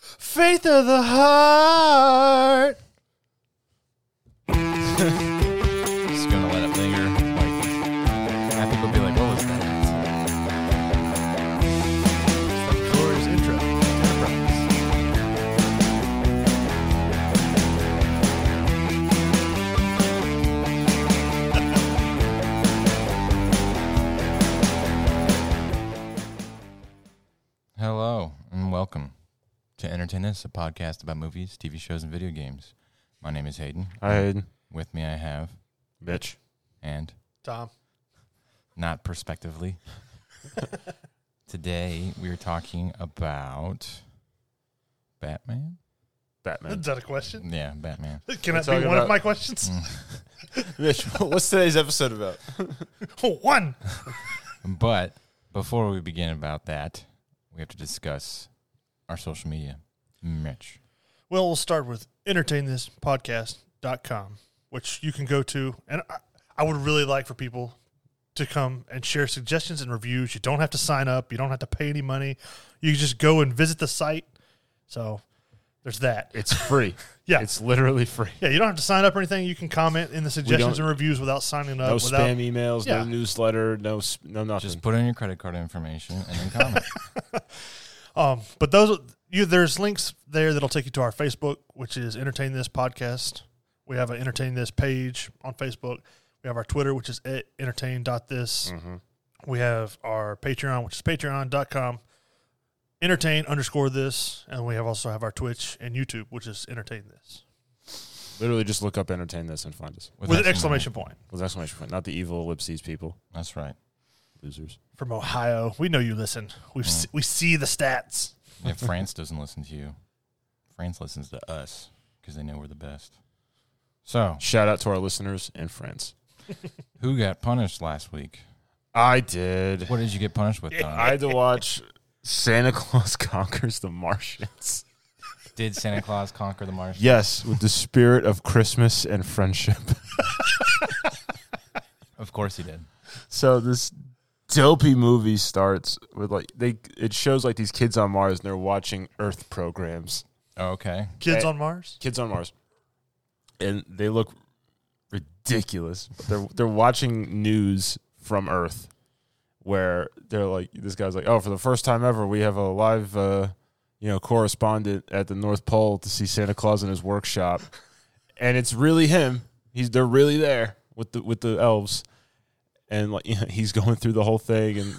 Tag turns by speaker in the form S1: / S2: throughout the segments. S1: Faith of the heart.
S2: Just gonna let it linger. Like, I think we'll be like, what was that?
S1: Glorious intro.
S2: Hello and welcome to Entertain Us, a podcast about movies, TV shows, and video games. My name is Hayden.
S3: I
S2: With me, I have
S3: bitch.
S2: and
S1: Tom.
S2: not prospectively. Today we are talking about Batman.
S3: Batman.
S1: Is that a question?
S2: Yeah, Batman.
S1: Can
S3: We're
S1: that be
S3: talking
S1: one of
S3: about-
S1: my questions?
S3: bitch, what's today's episode about?
S1: one.
S2: But before we begin about that, we have to discuss our social media. Mitch.
S1: Well, we'll start with entertainthispodcast.com, which you can go to. And I, I would really like for people to come and share suggestions and reviews. You don't have to sign up, you don't have to pay any money. You can just go and visit the site. So there's that.
S3: It's free.
S1: Yeah.
S3: It's literally free.
S1: Yeah, you don't have to sign up or anything. You can comment in the suggestions
S3: don't-
S1: and reviews without signing up.
S3: No
S1: without,
S3: spam emails,
S1: Yeah.
S3: no newsletter, no s- no nothing.
S2: Just put in your credit card information and then comment.
S1: Um, but those you there's links there that'll take you to our Facebook, which is Entertain This Podcast. We have an Entertain This page on Facebook. We have our Twitter, which is at entertain.this.
S3: Mm.
S2: Mm-hmm.
S1: We have our Patreon, which is patreon.com, entertain underscore this. And we have also have our Twitch and YouTube, which is entertain this
S3: literally just look up entertain this and find us.
S1: with an exclamation point
S3: Well, that's my point. Not the evil ellipses people.
S2: That's right.
S3: Losers.
S1: from Ohio. We know you listen. We
S2: Mm.
S1: we see the stats.
S2: If France doesn't listen to you, France listens to us because they know we're the best. So,
S3: Shout out to our listeners and friends.
S2: who got punished last week?
S3: I did.
S2: What did you get punished with, Don?
S3: I had to watch Santa Claus Conquers the Martians.
S2: Did Santa Claus conquer the Martians?
S3: Yes, with the spirit of Christmas and friendship.
S2: Of course he did.
S3: So this dopey movie starts with like they it shows like these kids on Mars and they're watching Earth programs.
S2: Oh, okay.
S1: Kids
S3: Hey.
S1: on Mars.
S3: Kids on Mars. And they look ridiculous. But they're they're watching news from Earth where they're like this guy's like, "Oh, for the first time ever, we have a live uh, you know, correspondent at the North Pole to see Santa Claus in his workshop." and it's really him. He's they're really there with the with the elves, and like you know, he's going through the whole thing, and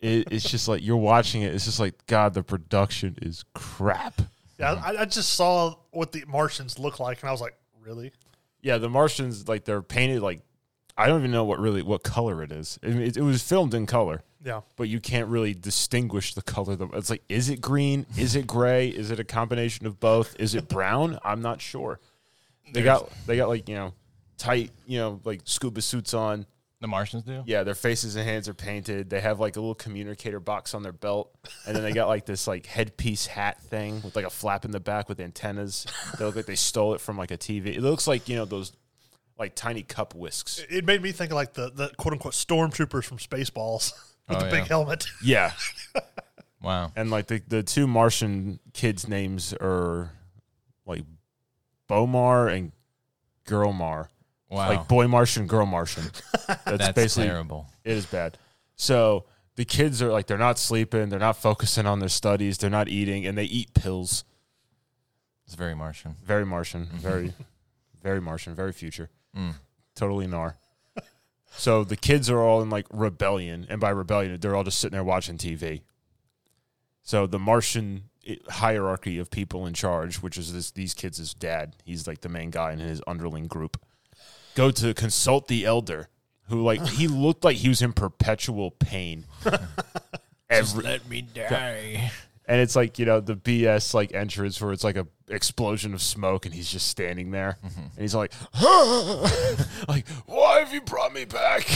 S3: it, it's just like you're watching it. It's just like God, the production is crap.
S1: Yeah, I, I just saw what the Martians look like, and I was like, really?
S3: Yeah, the Martians like they're painted like I don't even know what really what color it is. I mean, it, it was filmed in color,
S1: Yeah.
S3: but you can't really distinguish the color. Of the, it's like is it green? Is it gray? Is it a combination of both? Is it brown? I'm not sure. They got they got like you know tight you know like scuba suits on.
S2: The Martians do?
S3: Yeah, their faces and hands are painted. They have like a little communicator box on their belt, and then they got like this like headpiece hat thing with like a flap in the back with antennas. They look like they stole it from like a TV. It looks like you know those like tiny cup whisks.
S1: It made me think of like the, the quote unquote stormtroopers from Spaceballs with
S2: Oh,
S1: the
S2: yeah.
S1: big helmet.
S3: Yeah,
S2: Wow.
S3: and like the the two Martian kids' names are like Bomar and Girlmar.
S2: Wow.
S3: Like boy Martian, girl Martian. That's,
S2: That's
S3: basically
S2: terrible.
S3: It is bad. So the kids are like they're not sleeping, they're not focusing on their studies, they're not eating, and they eat pills.
S2: It's very Martian.
S3: Very Martian, very, very Martian, very future.
S2: Mm-hmm. Mm.
S3: Totally gnar. So the kids are all in like rebellion, and by rebellion, they're all just sitting there watching TV. So the Martian i- hierarchy of people in charge, which is this, these kids' dad, he's like the main guy in his underling group, go to consult the elder, who like he looked like he was in perpetual pain. Every,
S2: Let me die.
S3: and it's like you know the BS like entrance where it's like a explosion of smoke and he's just standing there and he's like, like why have you brought me back?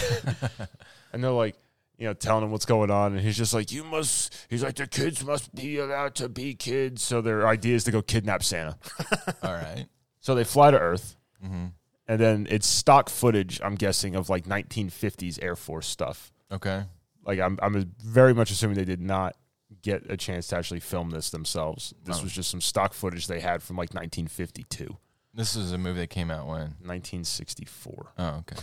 S3: and they're like, you know, telling him what's going on and he's just like, you must. He's like, the kids must be allowed to be kids. So their idea is to go kidnap Santa.
S2: All right. Mm-hmm.
S3: So they fly to Earth, and then it's stock footage. I'm guessing of like 1950s Air Force stuff
S2: Okay.
S3: like I'm I'm very much assuming they did not get a chance to actually film this themselves. This
S2: Oh.
S3: was just some stock footage they had from like 1952,
S2: This is a movie that came out when.
S3: 1964.
S2: Oh, okay.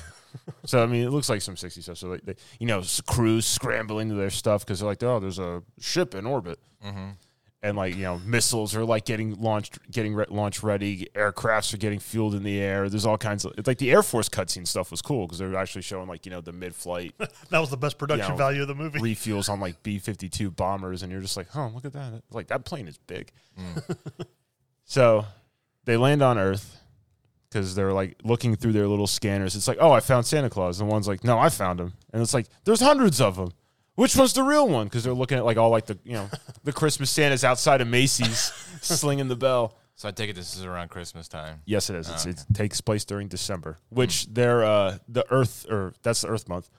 S3: So I mean, it looks like some 60 stuff. So like, they, you know, s- crews scrambling to their stuff because they're like, oh, there's a ship in orbit,
S2: Mm-hmm.
S3: and like you know, missiles are like getting launched, getting re- launch ready. Aircrafts are getting fueled in the air. There's all kinds of it's like the Air Force cutscene stuff was cool because they're actually showing like you know the mid-flight
S1: That was the best production
S3: Yeah.
S1: value of the movie.
S3: refuels on like B fifty two bombers, and you're just like, oh, look at that! Like that plane is big. so they land on Earth because they're like looking through their little scanners. It's like, oh, I found Santa Claus, and one's like, no, I found him, and it's like, there's hundreds of them. Which one's the real one? Because they're looking at like all like the you know the Christmas Santas outside of Macy's slinging the bell.
S2: So I take it this is around Christmas time.
S3: Yes, it is. It's,
S2: Ah,
S3: It takes place during December, which their uh, the Earth or that's the Earth month.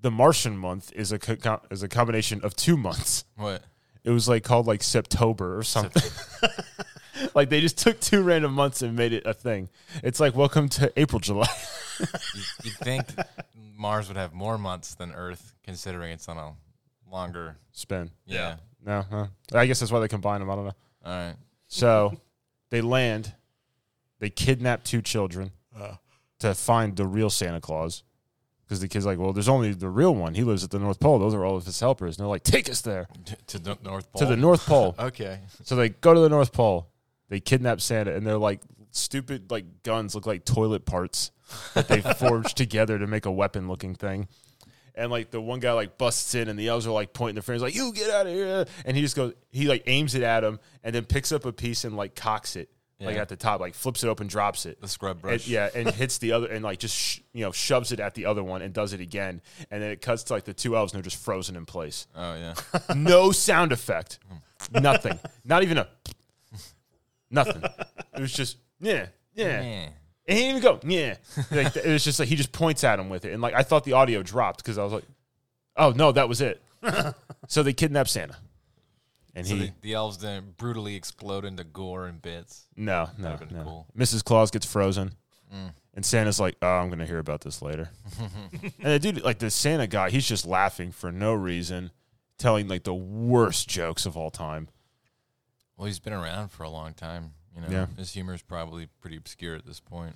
S3: The Martian month is a co- co- is a combination of two months.
S2: What?
S3: It was like called like September or something. like they just took two random months and made it a thing. It's like welcome to April, July.
S2: You, you'd think Mars would have more months than Earth, considering it's on a longer.
S3: Spin.
S2: Yeah.
S3: No, huh? I guess that's why they combine them. I don't know.
S2: All right.
S3: So they land. They kidnap two children
S1: Uh,
S3: to find the real Santa Claus. Because the kid's like, well, there's only the real one. He lives at the North Pole. Those are all of his helpers. And they're like, take us there
S2: T- to the North Pole.
S3: to the North Pole.
S2: Okay.
S3: So they go to the North Pole. They kidnap Santa, and they're like stupid, like guns look like toilet parts that they forged together to make a weapon-looking thing. And like the one guy like busts in, and the others are like pointing their fingers, like "You get out of here!" And he just goes, he like aims it at him, and then picks up a piece and like cocks it, like
S2: Yeah.
S3: at the top, like flips it open, drops it.
S2: The scrub brush.
S3: And, yeah, and hits the other, and like just sh- you know shoves it at the other one, and does it again, and then it cuts to like the two elves, and they're just frozen in place
S2: Oh yeah.
S3: no sound effect, nothing, not even a nothing. It was just yeah, yeah.
S2: Yeah.
S3: And he didn't even go yeah. Like, it was just like he just points at him with it, and like I thought the audio dropped because I was like, oh no, that was it. so they kidnapped Santa, and
S2: So
S3: he
S2: the, the elves then brutally explode into gore and bits.
S3: no no
S2: would've been
S3: no.
S2: cool. Mm.
S3: Mrs. Claus gets frozen. And Santa's like, oh, I'm gonna hear about this later. and the dude, like the Santa guy, he's just laughing for no reason, telling like the worst jokes of all time.
S2: Well, he's been around for a long time. You know,
S3: Yeah.
S2: his humor is probably pretty obscure at this point.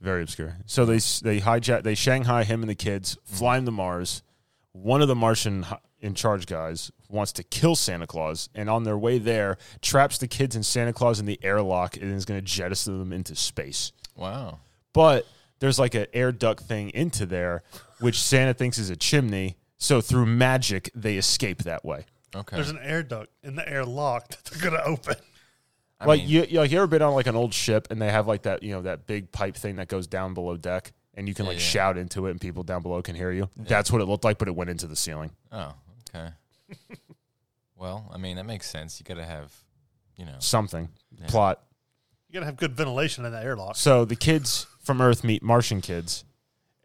S3: Very obscure. So they they hijack, they Shanghai him and the kids, fly him to Mars. One of the Martian hi- in charge guys wants to kill Santa Claus, and on their way there, traps the kids and Santa Claus in the airlock and is going to jettison them into space.
S2: Wow.
S3: But there's like an air duct thing into there, which Santa thinks is a chimney. So through magic, they escape that way.
S2: Okay.
S1: there's an air duct in the air lock that they're gonna open.
S2: I
S3: like
S2: mean,
S3: you, you, like you ever been on like an old ship and they have like that, you know, that big pipe thing that goes down below deck and you can
S2: Yeah,
S3: like
S2: yeah.
S3: shout into it and people down below can hear you. That's what it looked like, but it went into the ceiling.
S2: Oh, okay. well, I mean that makes sense. You got to have, you
S3: Oh.
S2: know,
S3: Something
S2: Yeah.
S3: plot.
S1: You gotta have good ventilation in that airlock.
S3: So the kids from Earth meet Martian kids,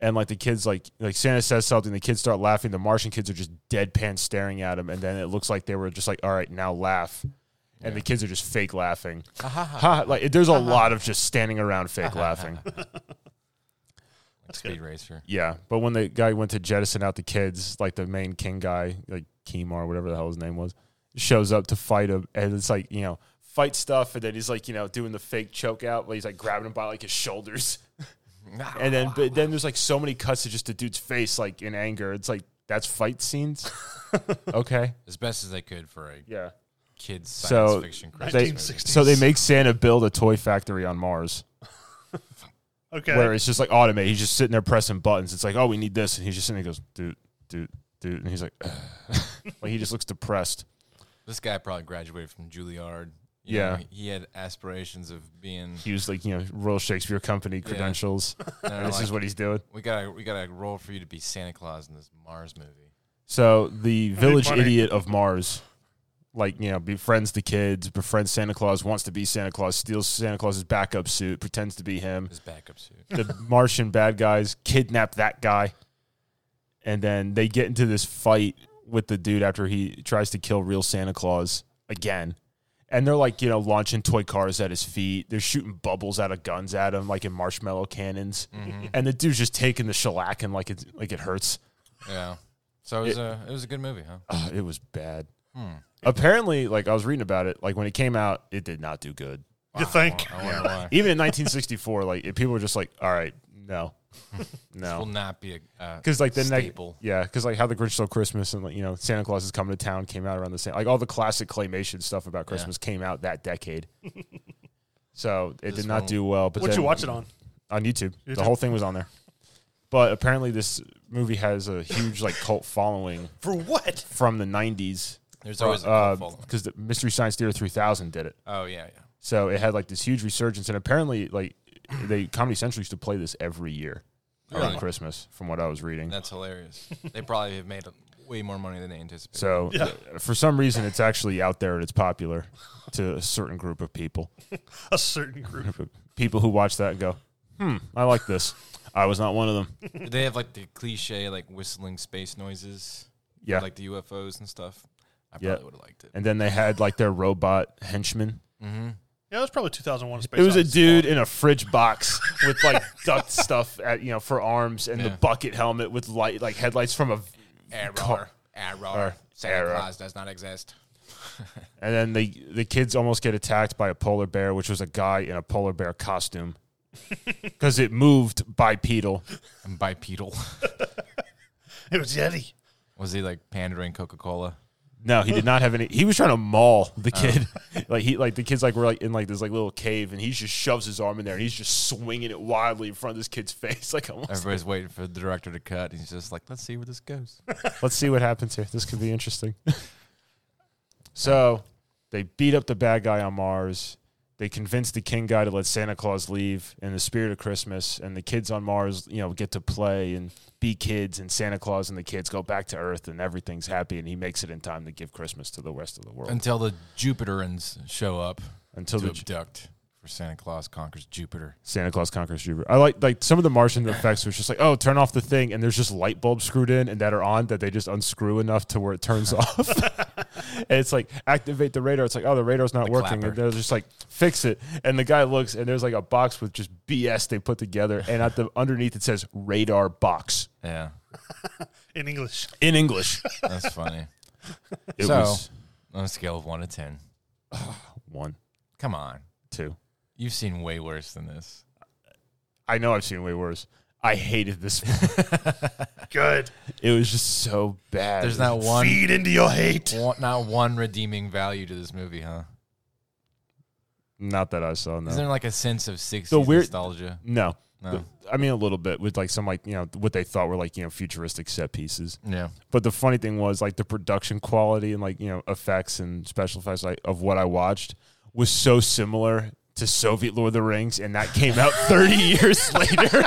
S3: and like the kids, like like Santa says something, the kids start laughing. The Martian kids are just deadpan staring at him, and then it looks like they were just like, "All right, now laugh," and the kids are just fake laughing. Ha, like there's a lot of just standing around fake laughing.
S2: like Speed Racer.
S3: Yeah, but when the guy went to jettison out the kids, like the main king guy, like Kemar, whatever the hell his name was, shows up to fight him, and it's like you know fight stuff, and then he's like you know doing the fake choke out, but he's like grabbing him by like his shoulders, and then but then there's like so many cuts to just the dude's face, like in anger. It's like that's fight scenes. okay,
S2: As best as they could for a
S3: yeah.
S2: kids science
S3: So
S2: fiction
S3: they,
S2: Christmas movie.
S1: 1960s.
S3: so they make Santa build a toy factory on Mars.
S1: Okay,
S3: where it's just like automate. He's just sitting there pressing buttons. It's like, oh, we need this, and he's just sitting there, goes, dude, dude, dude, and he's like, like he just looks depressed.
S2: This guy probably graduated from Juilliard. You
S3: Yeah.
S2: know, he had aspirations of being.
S3: He was like, you know, Royal Shakespeare Company credentials.
S2: you know,
S3: And this
S2: like,
S3: is what he's doing.
S2: we gotta we gotta roll for you to be Santa Claus in this Mars movie.
S3: So the village
S1: funny.
S3: idiot of Mars, like you know, befriends the kids, befriends Santa Claus, wants to be Santa Claus, steals Santa Claus's backup suit, pretends to be him.
S2: His backup suit.
S3: the Martian bad guys kidnap that guy, and then they get into this fight with the dude after he tries to kill real Santa Claus again. And they're like, you know, launching toy cars at his feet. They're shooting bubbles out of guns at him, like in marshmallow cannons.
S2: Mm-hmm.
S3: And the dude's just taking the shellac and like it, like it hurts.
S2: Yeah. So it was a it was a good movie, huh?
S3: Ugh, it was bad.
S2: Hmm.
S3: Apparently, like I was reading about it, like when it came out, it did not do good.
S1: You think?
S2: I wonder why.
S3: Even in 1964, like if people were just like, "All right, no,
S2: This will
S3: no,"
S2: not be a uh,
S3: because like the next,
S2: staple.
S3: yeah, because like how the Grinch stole Christmas and like you know Santa Claus is coming to town came out around the same, like all the classic claymation stuff about Christmas came out that decade. so it
S2: This
S3: did not
S2: one-
S3: do well. But
S1: What'd you
S3: then-
S1: watch it on?
S3: on YouTube.
S1: YouTube.
S3: The whole thing was on there. But apparently, this movie has a huge like cult following
S1: For what?
S3: from the '90s.
S2: There's always a cult following.
S3: because the Mystery Science Theater 3000 did it,
S2: Oh yeah, yeah.
S3: so it had like this huge resurgence. And apparently, like they Comedy Central used to play this every year around
S2: Really?
S3: Christmas, from what I was reading.
S2: That's hilarious. they probably have made way more money than they anticipated.
S3: so
S1: Yeah.
S3: th- for some reason, it's actually out there and it's popular to a certain group of people.
S1: A certain group.
S3: People who watch that and go, "Hmm, I like this." I was not one of them.
S2: Do they have like the cliche like whistling space noises,
S3: Yeah,
S2: like the UFOs and stuff. I
S3: Yeah.
S2: probably would have liked it.
S3: and then they had like their robot henchmen.
S2: Mm-hmm.
S1: Yeah, it was probably 2001 Space
S3: It was a
S1: Odyssey.
S3: dude in a fridge box with like duct stuff at you know for arms and the
S2: Yeah.
S3: bucket helmet with light like headlights from a
S2: Error,
S3: Car-
S2: error.
S3: Error.
S2: Santa
S3: Error.
S2: Claus does not exist.
S3: and then the the kids almost get attacked by a polar bear which was a guy in a polar bear costume because it moved bipedal
S2: And bipedal.
S1: It was Yeti.
S2: Was he like pandering Coca Cola?
S3: no he did not have any he was trying to maul the kid like he like the kids like were like in like this like little cave and he just shoves his arm in there and he's just swinging it wildly in front of this kid's face like almost,
S2: Everybody's waiting for the director to cut. He's just like, let's see where this goes.
S3: let's see what happens here this could be interesting So they beat up the bad guy on Mars. They convince the king guy to let Santa Claus leave in the spirit of Christmas, and the kids on Mars, you know, get to play and be kids, and Santa Claus and the kids go back to Earth, and everything's happy, and he makes it in time to give Christmas to the rest of the world
S2: Until the Jupiterans show up
S3: until
S2: to
S3: the J-
S2: abduct for Santa Claus conquers Jupiter.
S3: Santa Claus conquers Jupiter. I like like some of the Martian effects was just like, oh, turn off the thing, and there's just light bulbs screwed in and that are on that they just unscrew enough to where it turns off. and it's like activate the radar. It's like, oh, the radar's not
S2: The
S3: working.
S2: clapper.
S3: And they're just like, fix it. And the guy looks and there's like a box with just BS they put together, and at the underneath it says radar box
S2: Yeah,
S1: In English.
S3: in English.
S2: that's funny.
S3: It
S2: So-
S3: was
S2: On a scale of one to ten,
S3: one,
S2: come on,
S3: two.
S2: you've seen way worse than this.
S3: I know I've seen way worse. I hated this.
S1: Good.
S3: it was just so bad.
S2: There's not one,
S1: Feed into your hate.
S2: one, not one redeeming value to this movie, huh?
S3: not that I saw. No,
S2: Isn't there like a sense of '60s
S3: The weird-
S2: nostalgia?
S3: no.
S2: No.
S3: I mean, a little bit with like some like you know what they thought were like you know futuristic set pieces.
S2: Yeah.
S3: But the funny thing was like the production quality and like you know effects and special effects like of what I watched was so similar to Soviet Lord of the Rings, and that came out thirty years later.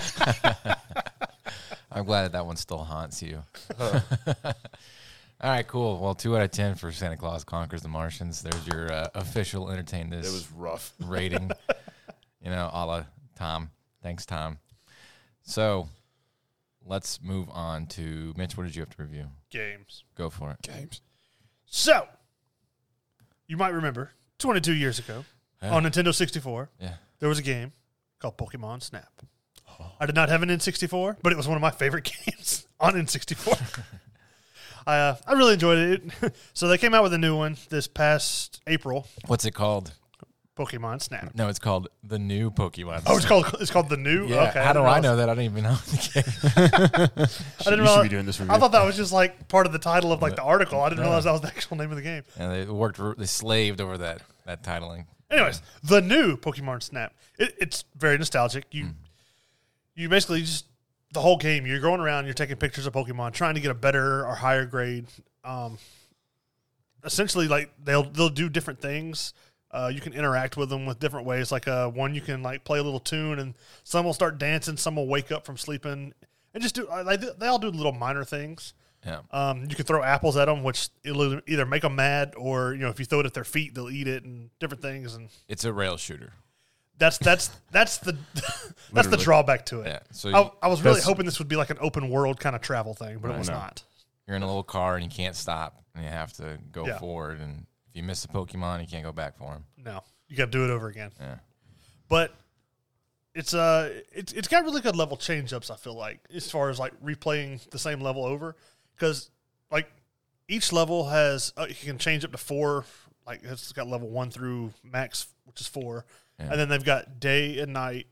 S2: I'm glad that that one still haunts you. All right, cool. Well, two out of ten for Santa Claus Conquers the Martians. There's your uh, official entertain this
S3: It was rough.
S2: rating. you know, a la Tom. Thanks, Tom. So let's move on to Mitch. What did you have to review?
S1: Games.
S2: Go for it.
S3: Games.
S1: So, you might remember 22 years ago
S2: Yeah.
S1: on Nintendo 64,
S2: Yeah. Oh.
S1: there was a game called Pokemon Snap. I did not have an N64, but it was one of my favorite games on N64. I, uh, I really enjoyed it. so, they came out with a new one this past April
S2: What's it called?
S1: Pokemon Snap.
S2: No, it's called the new Pokemon.
S1: Oh, it's called it's called the new.
S2: yeah.
S1: okay,
S2: How do
S1: didn't
S2: I
S1: realize-
S2: know that? I don't even know. the game.
S1: I didn't
S3: you should
S1: realize,
S3: be doing this
S1: I
S3: review.
S1: thought that was just like part of the title of like the article. I didn't realize that was the actual name of the game.
S2: and they worked. r- They slaved over that that titling.
S1: Anyways, the new Pokemon Snap. It, it's very nostalgic. You you basically just the whole game. You're going around. You're taking pictures of Pokemon, trying to get a better or higher grade. Um, essentially, like they'll they'll do different things. Uh, you can interact with them with different ways. Like uh, one, you can like play a little tune, and some will start dancing. Some will wake up from sleeping, and just do. uh, Like they all do little minor things.
S2: Yeah.
S1: Um, you can throw apples at them, which it'll either make them mad, or you know, if you throw it at their feet, they'll eat it, and different things. And
S2: It's a rail shooter.
S1: that's that's that's the that's the
S3: Literally.
S1: drawback to it.
S2: Yeah. So
S1: I,
S2: you-
S1: I was really
S3: That's-
S1: hoping this would be like an open world kind of travel thing, but it
S2: Right.
S1: was
S3: No.
S1: not.
S2: you're in a little car and you can't stop and you have to go
S1: Yeah.
S2: forward and if you miss a Pokemon you can't go back for him.
S1: No, you got to do it over again.
S2: Yeah.
S1: But it's uh it's it's got really good level change ups. I feel like as far as like replaying the same level over because like each level has uh, you can change up to four. Like it's got level one through max, which is four,
S2: Yeah.
S1: and then they've got day and night.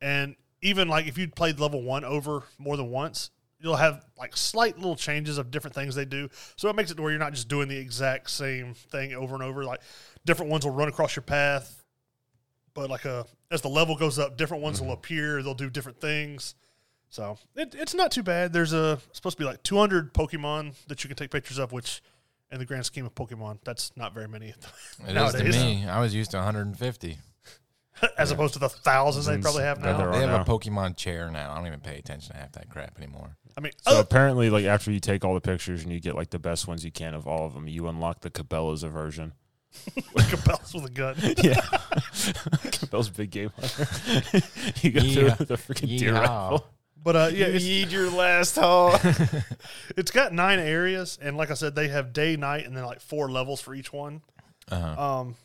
S1: And even like if you played level one over more than once, you'll have like slight little changes of different things they do. So it makes it to where you're not just doing the exact same thing over and over. Like different ones will run across your path, but like uh as the level goes up, different ones
S3: Mm-hmm.
S1: will appear. They'll do different things. So it, it's not too bad. There's a supposed to be like 200 Pokemon that you can take pictures of, which in the grand scheme of Pokemon, that's not very many.
S2: It is to
S1: Nowadays.
S2: me. I was used to 150.
S1: As opposed to the thousands they probably have
S3: Yeah,
S1: now.
S3: there are
S2: They have
S3: now.
S2: a Pokemon chair now. I don't even pay attention to half that crap anymore.
S1: I mean,
S3: So
S1: other,
S3: apparently, like after you take all the pictures and you get like the best ones you can of all of them, you unlock the Cabela's version.
S1: Cabela's with a gun.
S3: Yeah, Cabela's big game hunter. you go
S2: Yeah.
S3: through the freaking deer
S2: Yeehaw.
S3: rifle.
S1: But uh, yeah, it's,
S3: need your last haul.
S1: it's got nine areas, and like I said, they have day, night, and then like four levels for each one.
S2: Uh-huh.
S1: Um,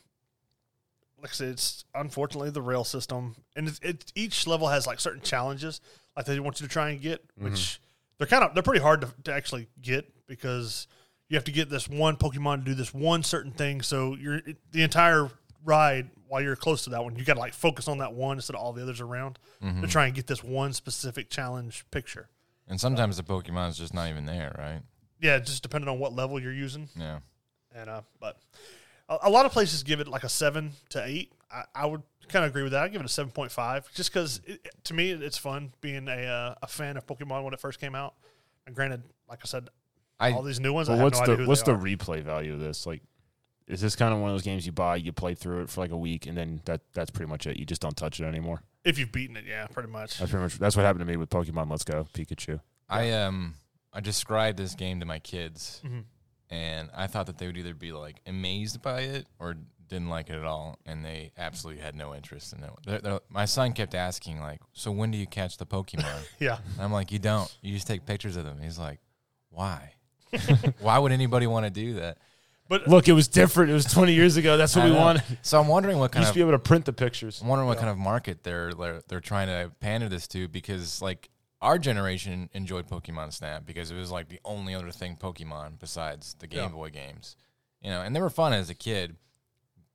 S1: like I said, it's unfortunately the rail system, and it's, it's each level has like certain challenges, like they want you to try and get, which they're kind of they're pretty hard to, to actually get because you have to get this one Pokemon to do this one certain thing. So you're it- the entire ride while you're close to that one, you got to like focus on that one instead of all the others around to try and get this one specific challenge picture.
S2: And sometimes the Pokemon's just not even there, right?
S1: Yeah, just depending on what level you're using.
S2: Yeah.
S1: And uh, but a, a lot of places give it like a seven to eight. I, I would kind of agree with that. I give it a seven point five, just because to me it's fun being a uh, a fan of Pokemon when it first came out. And granted, like I said,
S2: I
S1: all these new ones, I
S3: But
S1: have
S3: what's
S1: no idea
S3: the
S1: who
S3: what's
S1: they
S3: the
S1: are.
S3: replay value of this? Like, is this kind of one of those games you buy, you play through it for like a week, and then that that's pretty much it. You just don't touch it anymore.
S1: If you've beaten it, yeah, pretty much.
S3: That's pretty much that's what happened to me with Pokemon Let's Go Pikachu.
S2: I um I described this game to my kids,
S1: Mhm.
S2: and I thought that they would either be like amazed by it or didn't like it at all, and they absolutely had no interest in it. They're, they're, my son kept asking like, "So when do you catch the Pokemon?"
S1: Yeah,
S2: and I'm like, "You don't. You just take pictures of them." He's like, "Why? Why would anybody want to do that?"
S3: Look, it was different. It was 20 years ago. That's what
S2: I
S3: we
S2: know.
S3: wanted.
S2: So I'm wondering what
S3: You
S2: kind
S3: used
S2: of
S3: to be able to print the pictures.
S2: I'm wondering what kind of market they're, they're they're trying to pander this to because like our generation enjoyed Pokemon Snap because it was like the only other thing Pokemon besides the Game
S1: Yeah.
S2: Boy games, you know, and they were fun as a kid,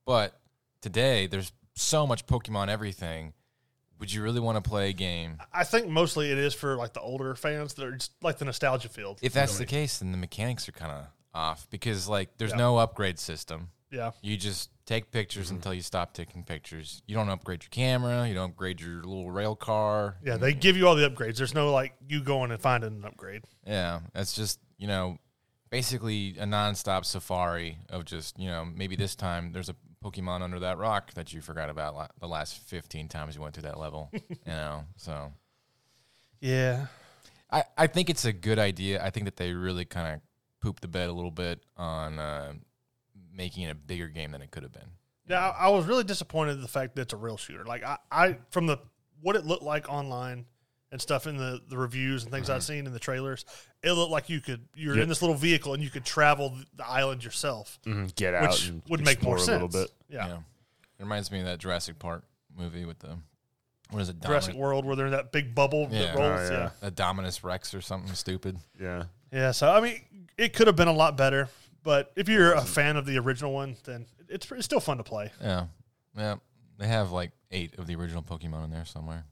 S2: but today there's so much Pokemon everything. Would you really want to play a game?
S1: I think mostly it is for like the older fans that are just like the nostalgia field.
S2: If that's the case, then the mechanics are kind of off because like there's
S1: Yeah. Mm-hmm.
S2: no upgrade system.
S1: yeah,
S2: You just take pictures until you stop taking pictures. You don't upgrade your camera. You don't upgrade your little rail car.
S1: yeah, they give you all the upgrades. There's no like you going and finding an upgrade.
S2: Yeah, that's just you know, basically a nonstop safari of just you know maybe this time there's a Pokemon under that rock that you forgot about la- the last fifteen times you went through that level. you know, so
S1: Yeah,
S2: I I think it's a good idea. I think that they really kind of pooped the bed a little bit on uh, making it a bigger game than it could have been.
S1: Yeah, I, I was really disappointed at the fact that it's a real shooter. Like I, I from the what it looked like online and stuff in the, the reviews and things I've seen in the trailers, it looked like you could you're
S3: Mm-hmm. Yep.
S1: in this little vehicle and you could travel th- the island yourself,
S3: Mhm, Get out.
S1: which
S3: and
S1: would make more sense.
S3: explore A little bit.
S1: Yeah.
S2: You know? It reminds me of that Jurassic Park movie with the what is it,
S1: Jurassic
S2: Domin-
S1: World where they're in that big bubble
S2: Yeah.
S1: that rolls.
S3: Oh,
S1: yeah.
S3: yeah.
S1: yeah.
S2: a Dominus Rex or something stupid.
S3: Yeah.
S1: so I mean it could have been a lot better, but if you're a fan of the original one, then it's it's still fun to play.
S2: Yeah. Yeah. They have like eight of the original Pokemon in there somewhere.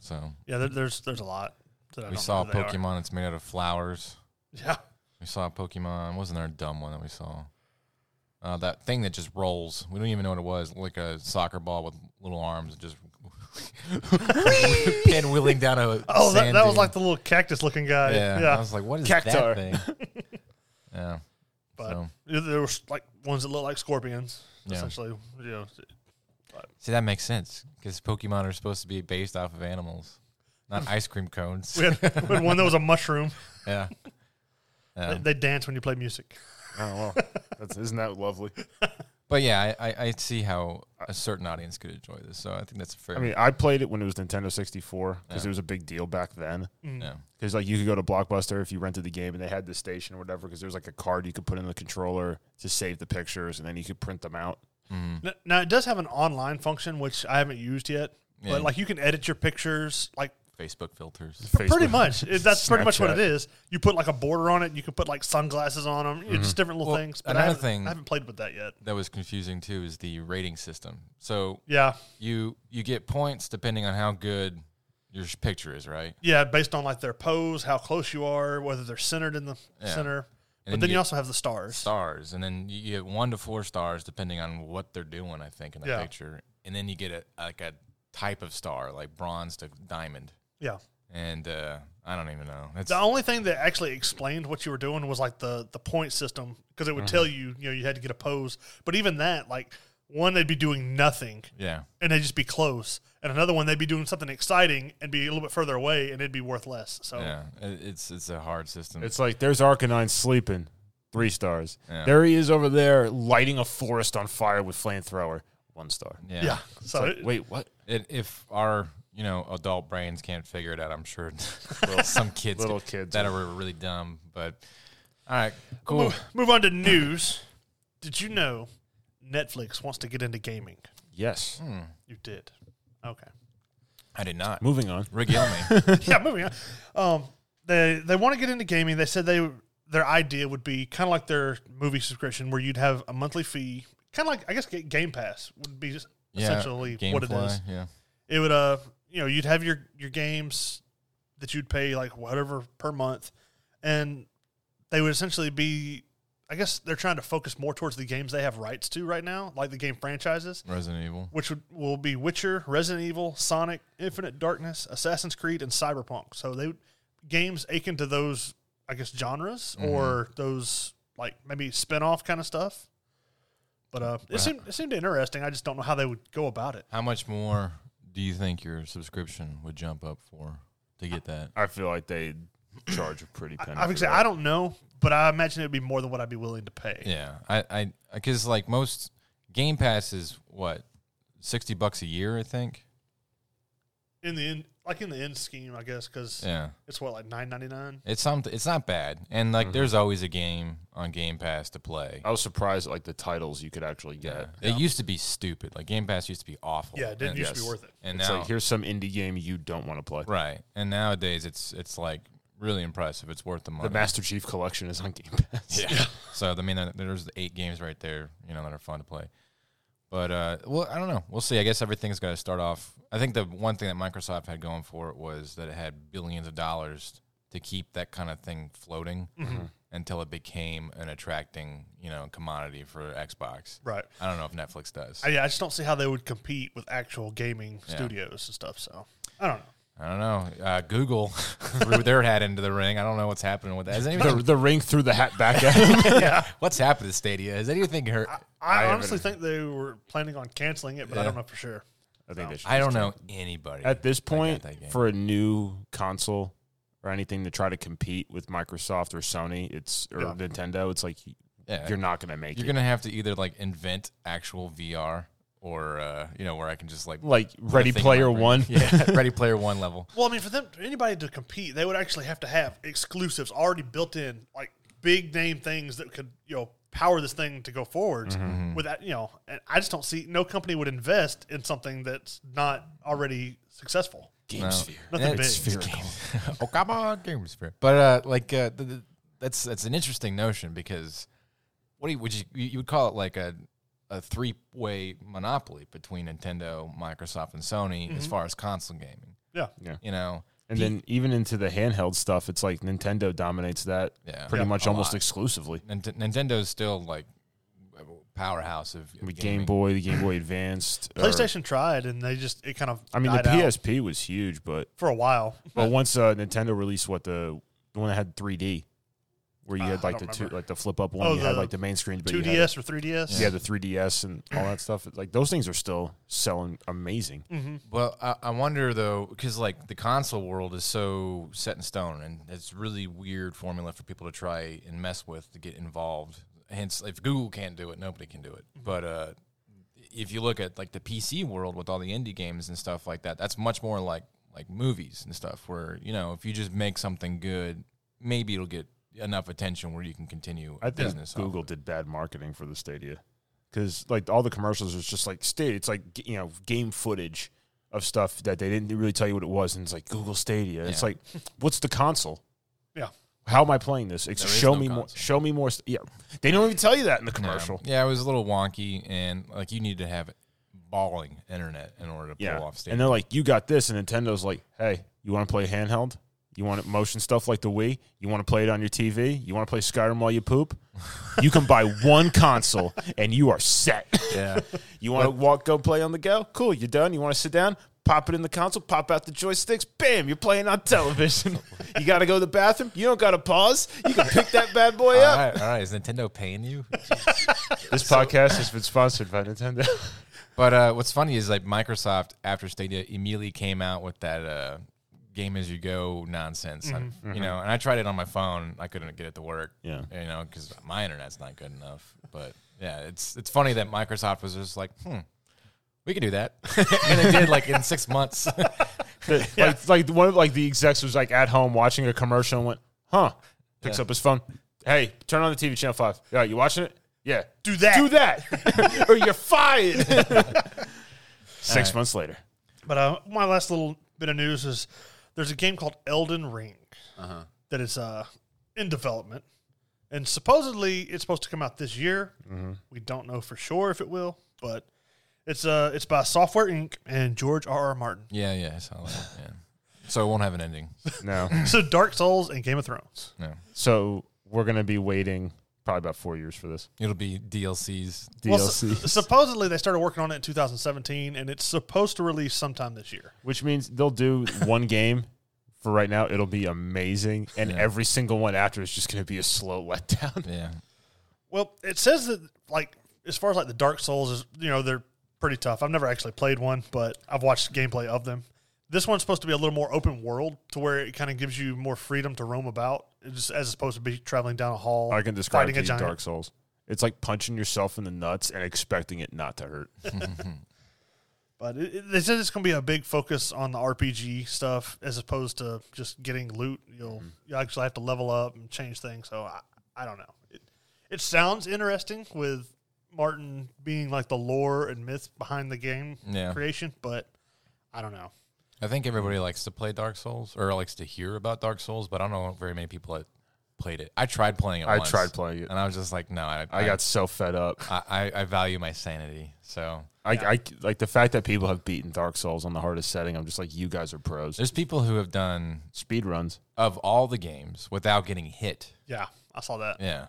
S2: So
S1: Yeah, there, there's there's a lot that I
S2: we
S1: don't
S2: saw a
S1: know who they are.
S2: Pokemon that's made out of flowers.
S1: Yeah.
S2: We saw a Pokemon. Wasn't there a dumb one that we saw? Uh, that thing that just rolls. We don't even know what it was. Like a soccer ball with little arms and just pinwheeling down a.
S1: Oh, that,
S2: sand
S1: that was
S2: dune.
S1: like the little cactus looking guy.
S2: Yeah. I
S1: yeah.
S2: was like, what is
S3: Cactar.
S2: that thing? yeah.
S1: But
S2: So-
S1: there was like ones that look like scorpions,
S2: Yeah.
S1: essentially. You know,
S2: See, that makes sense because Pokemon are supposed to be based off of animals, not ice cream cones.
S1: we had, we had one that was a mushroom.
S2: yeah.
S1: They,
S2: Yeah.
S1: they dance when you play music.
S3: Oh well, that's isn't that lovely?
S2: But yeah, I, I, I see how a certain audience could enjoy this. So I think that's a fair.
S3: I mean, I played it when it was Nintendo 64 because it
S2: Yeah.
S3: was a big deal back then.
S1: Mm.
S2: yeah,
S3: Because like you could go to Blockbuster if you rented the game and they had the station or whatever. Because there was like a card you could put in the controller to save the pictures and then you could print them out.
S2: Mhm.
S1: N- Now it does have an online function which I haven't used yet,
S2: Yeah.
S1: but like you can edit your pictures like
S2: Facebook filters.
S1: P- Pretty
S3: Facebook.
S1: much. It- That's pretty much what
S3: Snapchat.
S1: it is. You put like a border on it. You can put like sunglasses on them. It's just different little
S2: Mm-hmm. Well,
S1: things. But I
S2: another
S1: haven't,
S2: thing-
S1: I haven't played with that yet.
S2: That was confusing too. Is the rating system? So
S1: Yeah,
S2: you you get points depending on how good your sh- picture is, right?
S1: yeah. Based on like their pose, how close you are, whether they're centered in the
S2: Yeah.
S1: center. But
S2: then
S1: then
S2: you
S1: you
S2: get
S1: also have the stars.
S2: Stars, and then you you get one to four stars depending on what they're doing. I think in a
S1: Yeah.
S2: picture, and then you get a like a type of star, like bronze to diamond,
S1: Yeah.
S2: and uh, I don't even know. That's
S1: The only thing that actually explained what you were doing was like the the point system because it would tell you you know you had to get a pose. But even that, like one, they'd be doing nothing
S2: yeah,
S1: and they'd just be close, and another one they'd be doing something exciting and be a little bit further away and it'd be worth less. So
S2: yeah. It- It's it's a hard system.
S3: It's like there's Arcanine sleeping, three stars.
S2: Yeah.
S3: There he is over there lighting a forest on fire with flamethrower, one star.
S1: yeah, so
S3: Like,
S1: it-
S3: wait, what?
S2: It, if our you know adult brains can't figure it out, I'm sure little, some kids
S3: little
S2: could-
S3: kids
S2: that
S3: are-
S2: are really dumb. But all right, cool.
S1: move on to news. Did you know Netflix wants to get into gaming?
S3: Yes.
S1: You did. Okay.
S2: I did not.
S3: Moving on.
S2: Rick Elmy.
S1: yeah, moving on. Um, they they want to get into gaming. They said they their idea would be kind of like their movie subscription, where you'd have a monthly fee, kind of like I guess Ga- Game Pass would be just essentially what it is.
S2: Yeah.
S1: It would uh, you know, you'd have your your games that you'd pay like whatever per month, and they would essentially be. I guess they're trying to focus more towards the games they have rights to right now, like the game franchises
S2: Resident Evil.
S1: which would, will be Witcher, Resident Evil, Sonic, Infinite Darkness, Assassin's Creed, and Cyberpunk. So they games akin to those, I guess, genres
S2: Mm-hmm.
S1: or those like maybe spin off kind of stuff. But uh, it seemed it seemed interesting. I just don't know how they would go about it.
S2: How much more do you think your subscription would jump up for to get that?
S3: I feel like they charge a pretty penny.
S1: I, I,
S3: for that.
S1: I don't know, but I imagine it would be more than what I'd be willing to pay.
S2: Yeah, I I because like most Game Pass is what sixty bucks a year, I think.
S1: In the end, like in the end scheme, I guess, because
S2: Yeah.
S1: it's what like nine ninety nine.
S2: It's something. It's not bad, and like
S1: Mm-hmm.
S2: there's always a game on Game Pass to play.
S3: I was surprised at like the titles you could actually get.
S2: Yeah. It used to be stupid. Like Game Pass used to be awful.
S1: Yeah, it didn't
S2: And-
S1: used to
S3: yes.
S1: be worth it.
S2: And
S3: It's
S2: now,
S3: like here's some indie game you don't want to play.
S2: right? And nowadays, it's it's like really impressive. It's worth the money.
S3: The Master Chief collection is on Game Pass.
S2: yeah. so I mean, there- there's eight games right there, you know, that are fun to play. But uh, well, I don't know. We'll see. I guess everything's got to start off. I think the one thing that Microsoft had going for it was that it had billions of dollars to keep that kind of thing floating
S1: Mm-hmm.
S3: Mm-hmm.
S2: until it became an attracting, you know, commodity for Xbox.
S1: Right.
S2: I don't know if Netflix does.
S1: I, yeah, I just don't see how they would compete with actual gaming studios and stuff. So I don't know.
S2: I don't know. Uh, Google threw their hat into the ring. I don't know what's happening with that. Has anything,
S3: The, the ring threw the hat back at him.
S2: what's happened to Stadia? Has anything hurt?
S1: I,
S3: I
S1: honestly think they were planning on canceling it, but I
S2: Yeah.
S1: don't know for sure.
S3: I think they should.
S2: I don't know anybody.
S3: At this point,
S2: that game.
S3: for a new console or anything to try to compete with Microsoft or Sony, it's or
S1: Yeah.
S3: Nintendo, it's like
S2: Yeah.
S3: you're not gonna make
S2: You're
S3: it.
S2: gonna have to either like invent actual VR or uh, you know where I can just like
S3: like Ready
S2: thing in
S3: Player
S2: my brain.
S3: One.
S2: yeah, Ready Player One level.
S1: Well, I mean, for them, for anybody to compete, they would actually have to have exclusives already built in, like big name things that could, you know, power this thing to go forward.
S3: Mm-hmm.
S1: Without, you know, and I just don't see no company would invest in something that's not already successful.
S3: GameSphere.
S1: Nothing big.
S2: oh come on, game spirit. But uh, like uh, th- th- that's that's an interesting notion because what do you, would you you you would call it like a a three way monopoly between Nintendo, Microsoft, and Sony as far as console gaming.
S1: Yeah,
S2: You know,
S3: And then even into the handheld stuff, it's like Nintendo dominates that
S2: Yeah.
S3: pretty
S2: Yeah.
S3: much
S2: A
S3: almost
S2: lot.
S3: exclusively.
S2: Nint- Nintendo's still like a powerhouse of,
S3: The
S2: of
S3: Game
S2: gaming.
S3: Boy, the Game Boy Advanced, or-
S1: PlayStation tried, and they just it kind of.
S3: I mean, the
S1: died out
S3: PSP was huge, but
S1: for a while.
S3: Well, once uh, Nintendo released what the the one that had 3D, where you
S1: Uh,
S3: had
S1: I
S3: like the
S1: don't
S3: two,
S1: remember.
S3: like the flip up one,
S1: Oh,
S3: you had
S1: the
S3: like the main screen, but you had,
S1: 2DS or 3DS.
S3: yeah, the 3DS and all that stuff. It's Like those things are still selling amazing.
S1: Mm-hmm.
S2: Well, I, I wonder though, because like the console world is so set in stone, and it's really weird formula for people to try and mess with to get involved. Hence, if Google can't do it, nobody can do it. But uh, if you look at like the PC world with all the indie games and stuff like that, that's much more like like movies and stuff. Where you know, if you just make something good, maybe it'll get enough attention where you can continue
S3: I think
S2: business. off.
S3: Google did bad marketing for the Stadia because like all the commercials was just like Stadia. It's like g- you know game footage of stuff that they didn't really tell you what it was, and it's like Google Stadia. It's
S2: Yeah.
S3: like, what's the console?
S1: Yeah.
S3: How am I playing this? Ex-
S2: There is
S3: show
S2: no
S3: me more.
S2: console.
S3: Show me more. St- yeah. They don't even tell you that in the
S2: No.
S3: commercial.
S2: Yeah, it was a little wonky, and like you need to have balling internet in order to pull
S3: Yeah.
S2: off stage.
S3: And they're like, you got this, and Nintendo's like, hey, you want to play handheld? You want motion stuff like the Wii? You want to play it on your TV? You want to play Skyrim while you poop? You can buy one console and you are set.
S2: yeah,
S3: You want to walk, go play on the go? Cool. You're done. You want to sit down? Pop it in the console. Pop out the joysticks. Bam! You're playing on television. you got to go to the bathroom. You don't got to pause. You can pick that bad boy
S2: all
S3: up.
S2: right, all right. Is Nintendo paying you?
S3: Uh, This podcast has been sponsored by Nintendo.
S2: But uh, what's funny is like Microsoft after Stadia immediately came out with that uh, game as you go nonsense, I, you know. And I tried it on my phone; I couldn't get it to work,
S3: Yeah.
S2: you know, because my internet's not good enough. But yeah, it's it's funny that Microsoft was just like, hmm, we can do that, and it did like in six months.
S3: The- like, like one of like the execs was like at home watching a commercial and went, "Huh?" Picks up his phone. Hey, turn on the TV channel five. Yeah, you watching it? Yeah,
S1: Do that.
S3: do that, or you're fired. Six months later,
S1: But uh, my last little bit of news is there's a game called Elden Ring that is uh, in development, and supposedly it's supposed to come out this year. We don't know for sure if it will, but it's uh it's by Software Inc. and George R. R. Martin.
S2: yeah, yeah, I saw that. Yeah. So it won't have an ending.
S3: no.
S1: so Dark Souls and Game of Thrones.
S2: No,
S3: So we're gonna be waiting probably about four years for this
S2: it'll be DLCs.
S1: Well,
S3: DLC,
S1: su- supposedly they started working on it in 2017, and it's supposed to release sometime this year.
S3: which means they'll do one game. For right now, it'll be amazing, and
S2: Yeah.
S3: every single one after is just gonna be a slow letdown.
S2: Yeah,
S1: Well, it says that like as far as like the Dark Souls is, you know, they're pretty tough. I've never actually played one, but I've watched gameplay of them. This one's supposed to be a little more open world to where it kind of gives you more freedom to roam about, just as opposed to be traveling down a hall.
S3: I can describe it
S1: fighting
S3: to
S1: a
S3: you,
S1: giant.
S3: Dark Souls. It's like punching yourself in the nuts and expecting it not to hurt.
S1: But it, it, they said it's going to be a big focus on the RPG stuff as opposed to just getting loot. You'll
S2: Mm-hmm.
S1: you actually have to level up and change things. So I, I don't know. It, it sounds interesting with Martin being like the lore and myth behind the game
S2: Yeah.
S1: creation, but I don't know.
S2: I think everybody likes to play Dark Souls or likes to hear about Dark Souls, but I don't know very many people that played it. I tried playing it.
S3: I
S2: once,
S3: tried playing it.
S2: and I was just like, no, I,
S3: I got so fed up.
S2: I, I, I value my sanity. So
S3: I, I like the fact that people have beaten Dark Souls on the hardest setting. I'm just like, you guys are pros.
S2: there's people who have done
S3: Speed runs.
S2: of all the games without getting hit.
S1: Yeah, I saw that.
S2: Yeah,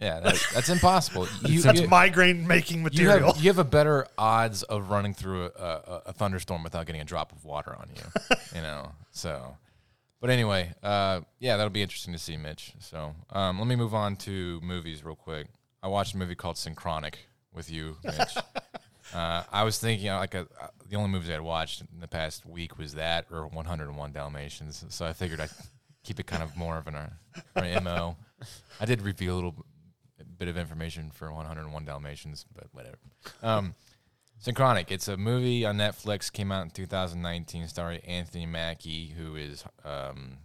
S2: yeah, that, that's impossible. You,
S1: That's
S2: you-
S1: migraine making
S2: you
S1: material.
S2: have, you have a better odds of running through a, a, a thunderstorm without getting a drop of water on you, you know. So, but anyway, uh, yeah, that'll be interesting to see, Mitch. So, um, let me move on to movies real quick. I watched a movie called Synchronic with you, Mitch. uh, I was thinking you know, like a, uh, the only movies I'd watched in the past week was that or 101 Dalmatians. So I figured I'd keep it kind of more of an, uh, an mo. I did review a little bit of information for 101 Dalmatians, but whatever. Um, Synchronic. It's a movie on Netflix. Came out in 2019, starring Anthony Mackie, who is um,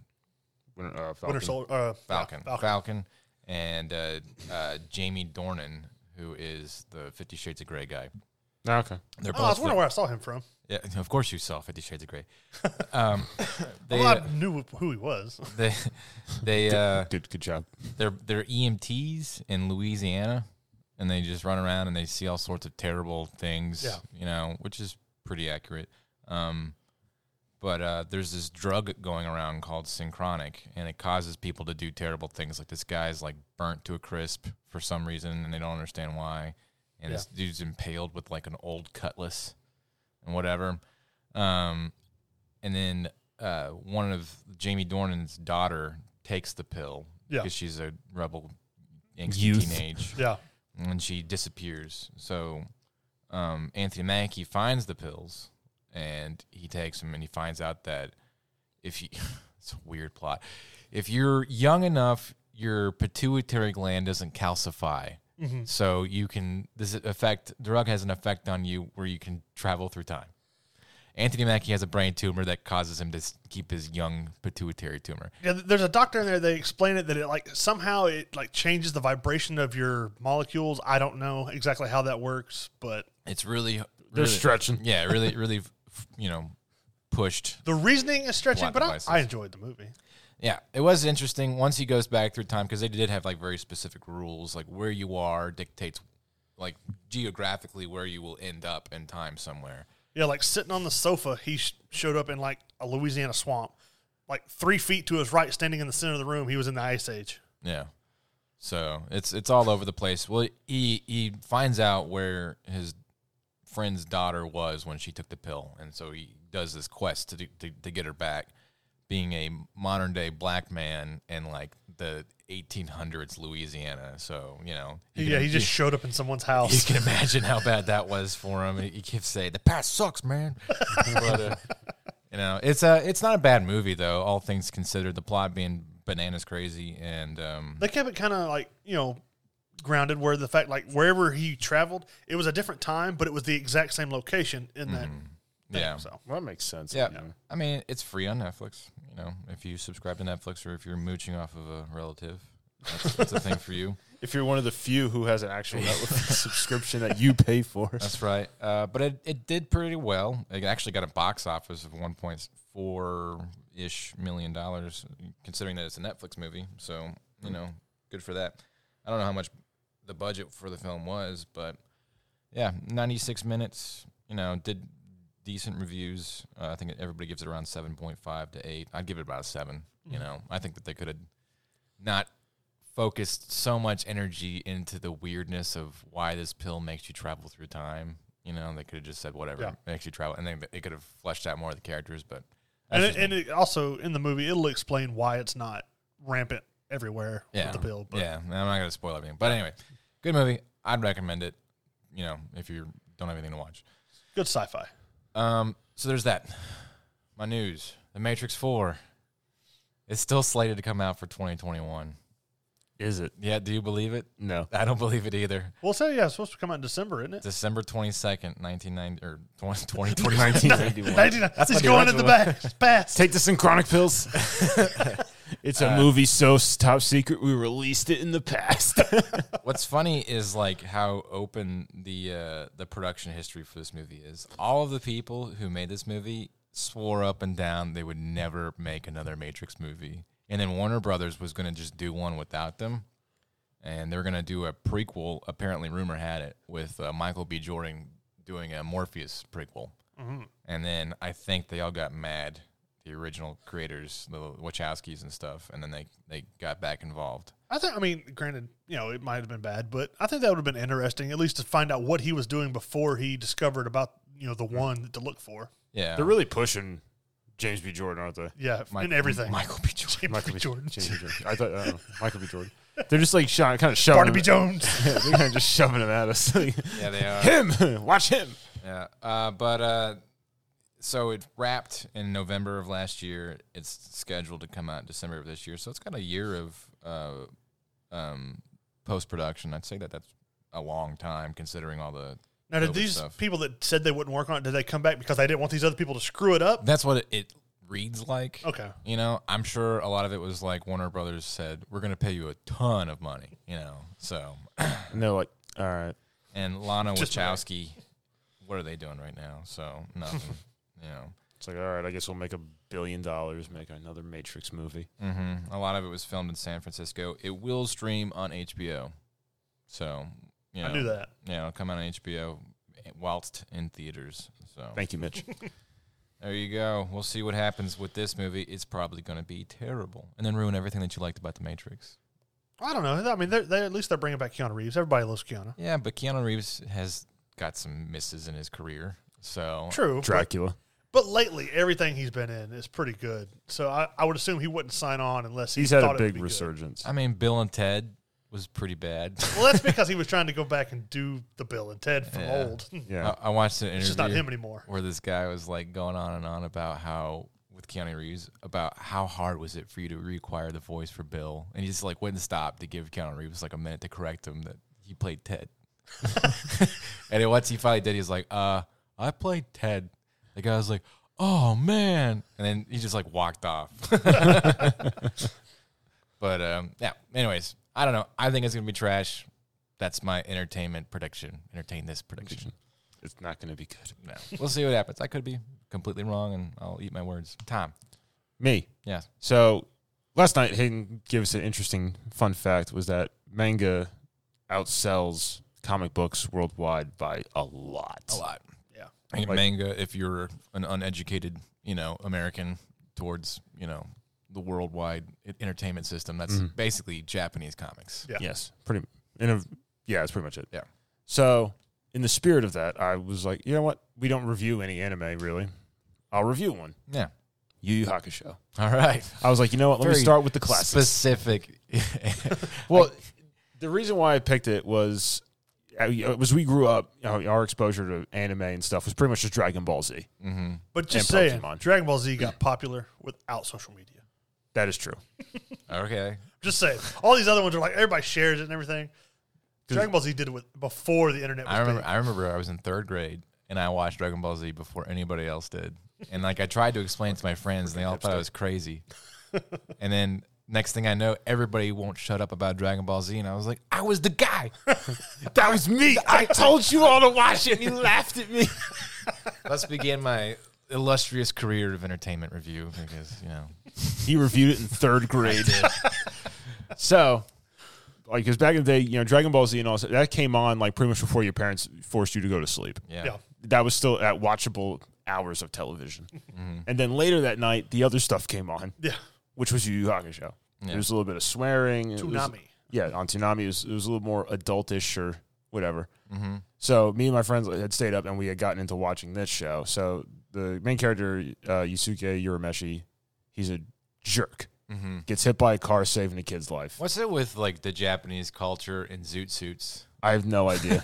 S3: When, uh, Falcon.
S1: Winter Soldier, uh,
S2: Falcon.
S1: Falcon.
S2: Falcon. And uh, uh, Jamie Dornan, who is the Fifty Shades of Grey guy.
S3: Ah, okay.
S2: They're
S1: Oh, I was
S2: both.
S1: wondering where I saw him from.
S2: yeah, of course you saw Fifty Shades of Grey. Um, they,
S1: well, I knew who he was.
S2: they, they, uh,
S3: good. Good job.
S2: they're they're EMTs in Louisiana, and they just run around and they see all sorts of terrible things.
S1: Yeah.
S2: you know, which is pretty accurate. Um, but uh, there's this drug going around called Synchronic, and it causes people to do terrible things. Like this guy's like burnt to a crisp for some reason, and they don't understand why. And this dude's impaled with like an old cutlass and whatever. Um, and then uh, one of Jamie Dornan's daughter takes the pill
S1: Yeah.
S2: because she's a rebel angsty
S3: Youth.
S2: teenage,
S1: Yeah,
S2: and she disappears. So um, Anthony Mackie finds the pills and he takes them, and he finds out that if you, it's a weird plot. If you're young enough, your pituitary gland doesn't calcify.
S1: Mm-hmm.
S2: So you can this effect drug has an effect on you where you can travel through time. Anthony Mackie has a brain tumor that causes him to s- keep his young pituitary tumor.
S1: yeah. th- There's a doctor in there. They explain it that it like somehow it like changes the vibration of your molecules. I don't know exactly how that works, but
S2: It's really,
S3: They're
S2: really
S3: stretching.
S2: yeah, really, really f- you know, pushed.
S1: The reasoning is stretching,
S2: Plot
S1: but I,
S2: devices.
S1: I enjoyed the movie.
S2: Yeah, it was interesting. Once he goes back through time, because they did have like very specific rules, like where you are dictates, like geographically where you will end up in time somewhere.
S1: Yeah, like sitting on the sofa, he sh- showed up in like a Louisiana swamp, like three feet to his right, standing in the center of the room. He was in the Ice Age.
S2: Yeah. So it's it's all over the place. Well, he he finds out where his friend's daughter was when she took the pill, and so he does this quest to do, to, to get her back. Being a modern day black man in like the 1800s Louisiana, so you know, you
S1: yeah,
S2: can-
S1: he just showed up in someone's
S2: you
S1: house.
S2: can imagine how bad that was for him. He keeps saying, "The past sucks, man." but, uh, you know, it's a it's not a bad movie though. All things considered, the plot being bananas crazy, and um,
S1: they kept it kind of like you know grounded where the fact like wherever he traveled, it was a different time, but it was the exact same location in that. thing,
S2: yeah,
S1: So
S3: Well, that makes sense.
S2: yeah.
S3: you know.
S2: I mean, it's free on Netflix. You know, if you subscribe to Netflix or if you're mooching off of a relative, that's, that's a thing for you.
S3: If you're one of the few who has an actual Netflix subscription that you pay for,
S2: That's right. Uh, but it, it did pretty well. It actually got a box office of 1.4 ish million dollars, considering that it's a Netflix movie. So, you
S3: Hmm.
S2: know, good for that. I don't know how much the budget for the film was, but yeah, 96 minutes, you know, did decent reviews. Uh, I think everybody gives it around 7.5 to 8. I'd give it about a 7.
S1: Mm.
S2: You know, I think that they could have not focused so much energy into the weirdness of why this pill makes you travel through time. You know, they could have just said whatever
S1: Yeah.
S2: makes you travel, and then they could have fleshed out more of the characters. But that's
S1: and
S2: just
S1: it,
S2: me.
S1: and it also in the movie, it'll explain why it's not rampant everywhere
S2: yeah,
S1: with the pill. But
S2: yeah, I'm not gonna spoil everything. But anyway, good movie. I'd recommend it. You know, if you don't have anything to watch.
S1: good sci-fi.
S2: Um, so there's that. My news: The Matrix Four. It's still slated to come out for 2021.
S3: is it?
S2: Yeah, do you believe it?
S3: No.
S2: I don't believe it either.
S1: Well, so yeah, it's supposed to come out in December, isn't it?
S2: December 22nd, 1990 or 20, 2021.
S3: 1991.
S1: 19 he's
S2: my
S1: going in the back. It's fast.
S3: Take the synchronic pills. it's a movie so s- top secret we released it in the past.
S2: What's funny is like how open the uh, the production history for this movie is. All of the people who made this movie swore up and down they would never make another Matrix movie, and then Warner Brothers was going to just do one without them, and they were going to do a prequel. Apparently, rumor had it with uh, Michael B. Jordan doing a Morpheus prequel, and then I think they all got mad. The original creators, the Wachowskis and stuff, and then they they got back involved.
S1: I think. I mean, granted, you know, it might have been bad, but I think that would have been interesting, at least to find out what he was doing before he discovered about you know the one to look for.
S2: Yeah,
S3: They're really pushing James B. Jordan, aren't they?
S1: Yeah,
S2: Mike-
S1: and everything.
S2: Michael B. Jordan.
S1: James B. Jordan,
S3: James B. Jordan. I thought I don't know. Michael B. Jordan. They're just like shot, kind of shoving.
S1: Barnaby
S3: him-
S1: Jones.
S3: Yeah, they're kind of just shoving him at us.
S2: Yeah, they are.
S3: him, watch him.
S2: Yeah. Uh, but uh, so it wrapped in November of last year. It's scheduled to come out in December of this year. So it's got a year of uh, um, post production. I'd say that that's a long time considering all the.
S1: Now, did
S2: COVID
S1: these
S2: stuff.
S1: people that said they wouldn't work on it, did they come back because they didn't want these other people to screw it up?
S2: That's what it, it reads like.
S1: Okay.
S2: You know, I'm sure a lot of it was like Warner Brothers said, "We're going to pay you a ton of money." You know, so
S3: And they're like, all right.
S2: and Lana
S1: Just right.
S2: Wachowski, what are they doing right now? So nothing. you know.
S3: It's like, all right, I guess we'll make a billion dollars, make another Matrix movie.
S2: hmm A lot of it was filmed in San Francisco. It will stream on HBO. So, you know,
S1: I knew that.
S2: Yeah, it'll come out on HBO whilst in theaters. So
S1: Oh.
S3: Thank you, Mitch.
S2: there you go. We'll see what happens with this movie. It's probably going to be terrible and then ruin everything that you liked about The Matrix.
S1: I don't know. I mean, they're, they at least they're bringing back Keanu Reeves. Everybody loves Keanu.
S2: Yeah, but Keanu Reeves has got some misses in his career. So,
S1: True, but,
S3: Dracula.
S1: but lately everything he's been in is pretty good. So I, I would assume he wouldn't sign on unless he
S3: He's had
S1: thought
S3: a
S1: it would
S3: big
S1: be good.
S3: resurgence.
S2: I mean, Bill and Ted was pretty bad.
S1: Well, that's because he was trying to go back and do the Bill and Ted from
S2: Yeah.
S1: old. Hmm.
S3: Yeah.
S2: I, I watched an interview.
S1: It's just not him anymore.
S2: where this guy was like going on and on about how with Keanu Reeves about how hard was it for you to reacquire the voice for Bill, and he just like wouldn't stop to give Keanu Reeves like a minute to correct him that he played Ted. and then once he finally did, he's like, "Uh, I played Ted." The guy was like, "Oh man," and then he just like walked off. but um, yeah. Anyways, I don't know. I think it's gonna be trash. That's my entertainment prediction. Entertain this prediction.
S3: it's not going to be good.
S2: No. We'll see what happens. I could be completely wrong, and I'll eat my words. Tom,
S3: Me.
S2: Yes.
S3: So last night, Hayden gave us an interesting fun fact: was that manga outsells comic books worldwide by a lot.
S2: a lot.
S1: Yeah.
S2: And
S3: Like-
S2: manga, if you're an uneducated, you know, American towards, you know, the worldwide e- entertainment system, that's
S3: Mhm.
S2: basically Japanese comics.
S1: Yeah.
S3: Yes, pretty. In a, yeah, that's pretty much it.
S2: Yeah.
S3: So, in the spirit of that, I was like, you know what? We don't review any anime really. I'll review one.
S2: Yeah.
S3: Yu Yu Hakusho.
S2: All right.
S3: I was like, you know what? Let me
S2: Very
S3: start with the classics.
S2: Specific.
S3: Well, the reason why I picked it was uh, was we grew up. you know, our exposure to anime and stuff was pretty much just Dragon Ball Z.
S2: hmm
S1: But just
S3: And
S1: saying,
S3: Pokemon.
S1: Dragon Ball Z got popular without social media.
S3: That is true.
S2: Okay.
S1: Just saying. All these other ones are like everybody shares it and everything. Dragon Ball Z did it with, before the internet was
S2: I remember.
S1: big.
S2: I remember. I was in third grade and I watched Dragon Ball Z before anybody else did. And like I tried to explain to my friends, and they all thought I was crazy. And then next thing I know, everybody won't shut up about Dragon Ball Z, and I was like, I was the guy.
S3: That was me. I told you all to watch it. and You laughed at me.
S2: Let's begin my illustrious career of entertainment review because you know
S3: He reviewed it in third grade. so, like, because back in the day, you know, Dragon Ball Z and all that, that came on like pretty much before your parents forced you to go to sleep.
S2: yeah.
S1: yeah.
S3: That was still at watchable hours of television.
S2: Mm-hmm.
S3: And then later that night, the other stuff came on,
S1: Yeah.
S3: which was Yu Yu Hakusho.
S2: Yeah.
S3: There was a little bit of swearing. it was-
S1: Tsunami.
S3: yeah, on Tsunami, it was, it was a little more adultish or whatever.
S2: Mhm.
S3: So me and my friends had stayed up and we had gotten into watching this show. So the main character, uh, Yusuke Urameshi, he's a jerk.
S2: Mhm.
S3: Gets hit by a car, saving a kid's life.
S2: What's it with like the Japanese culture and zoot suits?
S3: I have no idea.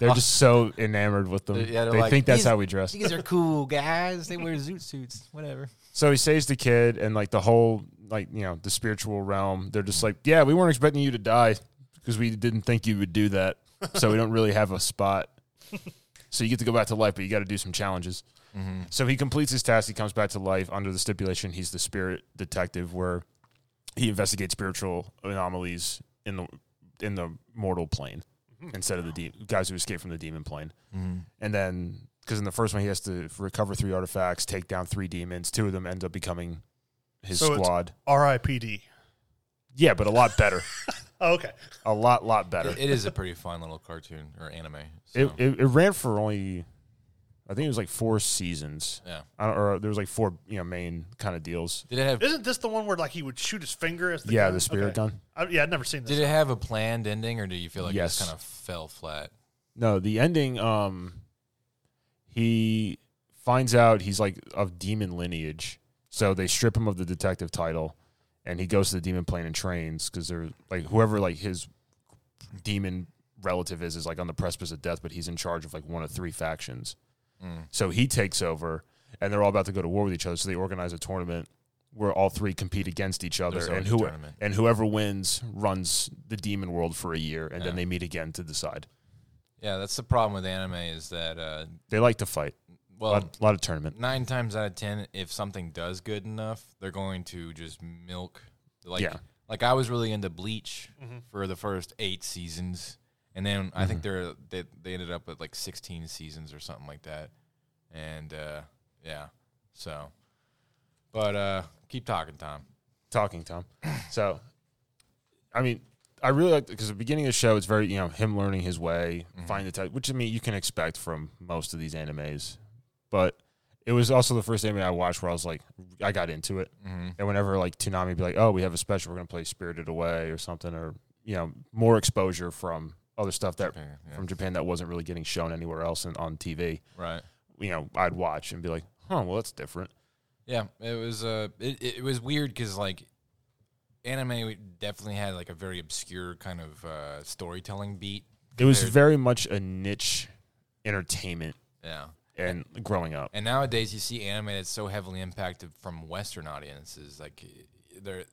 S3: They're just so enamored with them.
S2: Yeah, they're
S3: they
S2: like,
S3: think that's
S2: "These-
S3: how we dress.
S2: These are cool guys. They wear zoot suits. Whatever.
S3: So he saves the kid and like the whole like you know the spiritual realm. They're just like, yeah, we weren't expecting you to die because we didn't think you would do that. So we don't really have a spot. So you get to go back to life, but you got to do some challenges.
S2: Mm-hmm.
S3: So he completes his task. He comes back to life under the stipulation he's the spirit detective, where he investigates spiritual anomalies in the in the mortal plane
S1: Mm-hmm.
S3: instead of the de- guys who escape from the demon plane.
S2: Mm-hmm.
S3: And then, because in the first one, he has to recover three artifacts, take down three demons. Two of them end up becoming his
S1: So it's-
S3: squad.
S1: R.I.P.D.
S3: Yeah, but a lot better.
S1: Oh, okay.
S3: a lot, lot better.
S2: It- it is a pretty fun little cartoon or anime. So,
S3: It, it, it ran for only, I think it was like four seasons.
S2: yeah.
S3: I don't, or there was like four, you know, main kind of deals.
S2: Did it have
S1: Isn't this the one where like he would shoot his finger as the
S3: yeah,
S1: gun?
S3: the spirit
S1: Okay.
S3: gun.
S1: I, yeah, I'd never seen this.
S2: Did it have a planned ending, or do you feel like it
S3: Yes.
S2: just kind of fell flat?
S3: No, the ending. Um, he finds out he's like of demon lineage, so they strip him of the detective title, and he goes to the demon plane and trains because they're like whoever like his demon relative is is like on the precipice of death, but he's in charge of like one of three factions. So he takes over, and they're all about to go to war with each other. So they organize a tournament where all three compete against each other,
S2: There's
S3: and
S2: always a
S3: who
S2: tournament.
S3: and whoever wins runs the demon world for a year, and then
S2: Yeah.
S3: they meet again to decide.
S2: Yeah, that's the problem with anime is that, uh,
S3: They like to fight.
S2: well,
S3: lot, lot of tournament.
S2: nine times out of ten, if something does good enough, they're going to just milk. Like,
S3: Yeah.
S2: like I was really into Bleach
S1: Mm-hmm.
S2: for the first eight seasons, and then I think they're
S3: Mm-hmm.
S2: they, they ended up with like sixteen seasons or something like that, and uh, yeah, so, but uh, keep talking, Tom.
S3: Talking Tom. So, I mean, I really like because the beginning of the show, it's very you know him learning his way, find the type, which I mean you can expect from most of these animes, but it was also the first anime I watched where I was like, I got into it,
S2: Mm-hmm.
S3: and whenever like Toonami be like, oh, we have a special, we're gonna play Spirited Away or something, or you know more exposure from other stuff that
S2: Okay, yeah.
S3: from Japan that wasn't really getting shown anywhere else and on TV.
S2: Right.
S3: You know, I'd watch and be like, huh, well that's different.
S2: Yeah, it was uh, it, it was weird because like anime definitely had like a very obscure kind of uh, storytelling beat.
S3: It was
S2: compared-
S3: very much a niche entertainment
S2: yeah.
S3: and growing up.
S2: And nowadays, you see anime that's so heavily impacted from Western audiences, like they're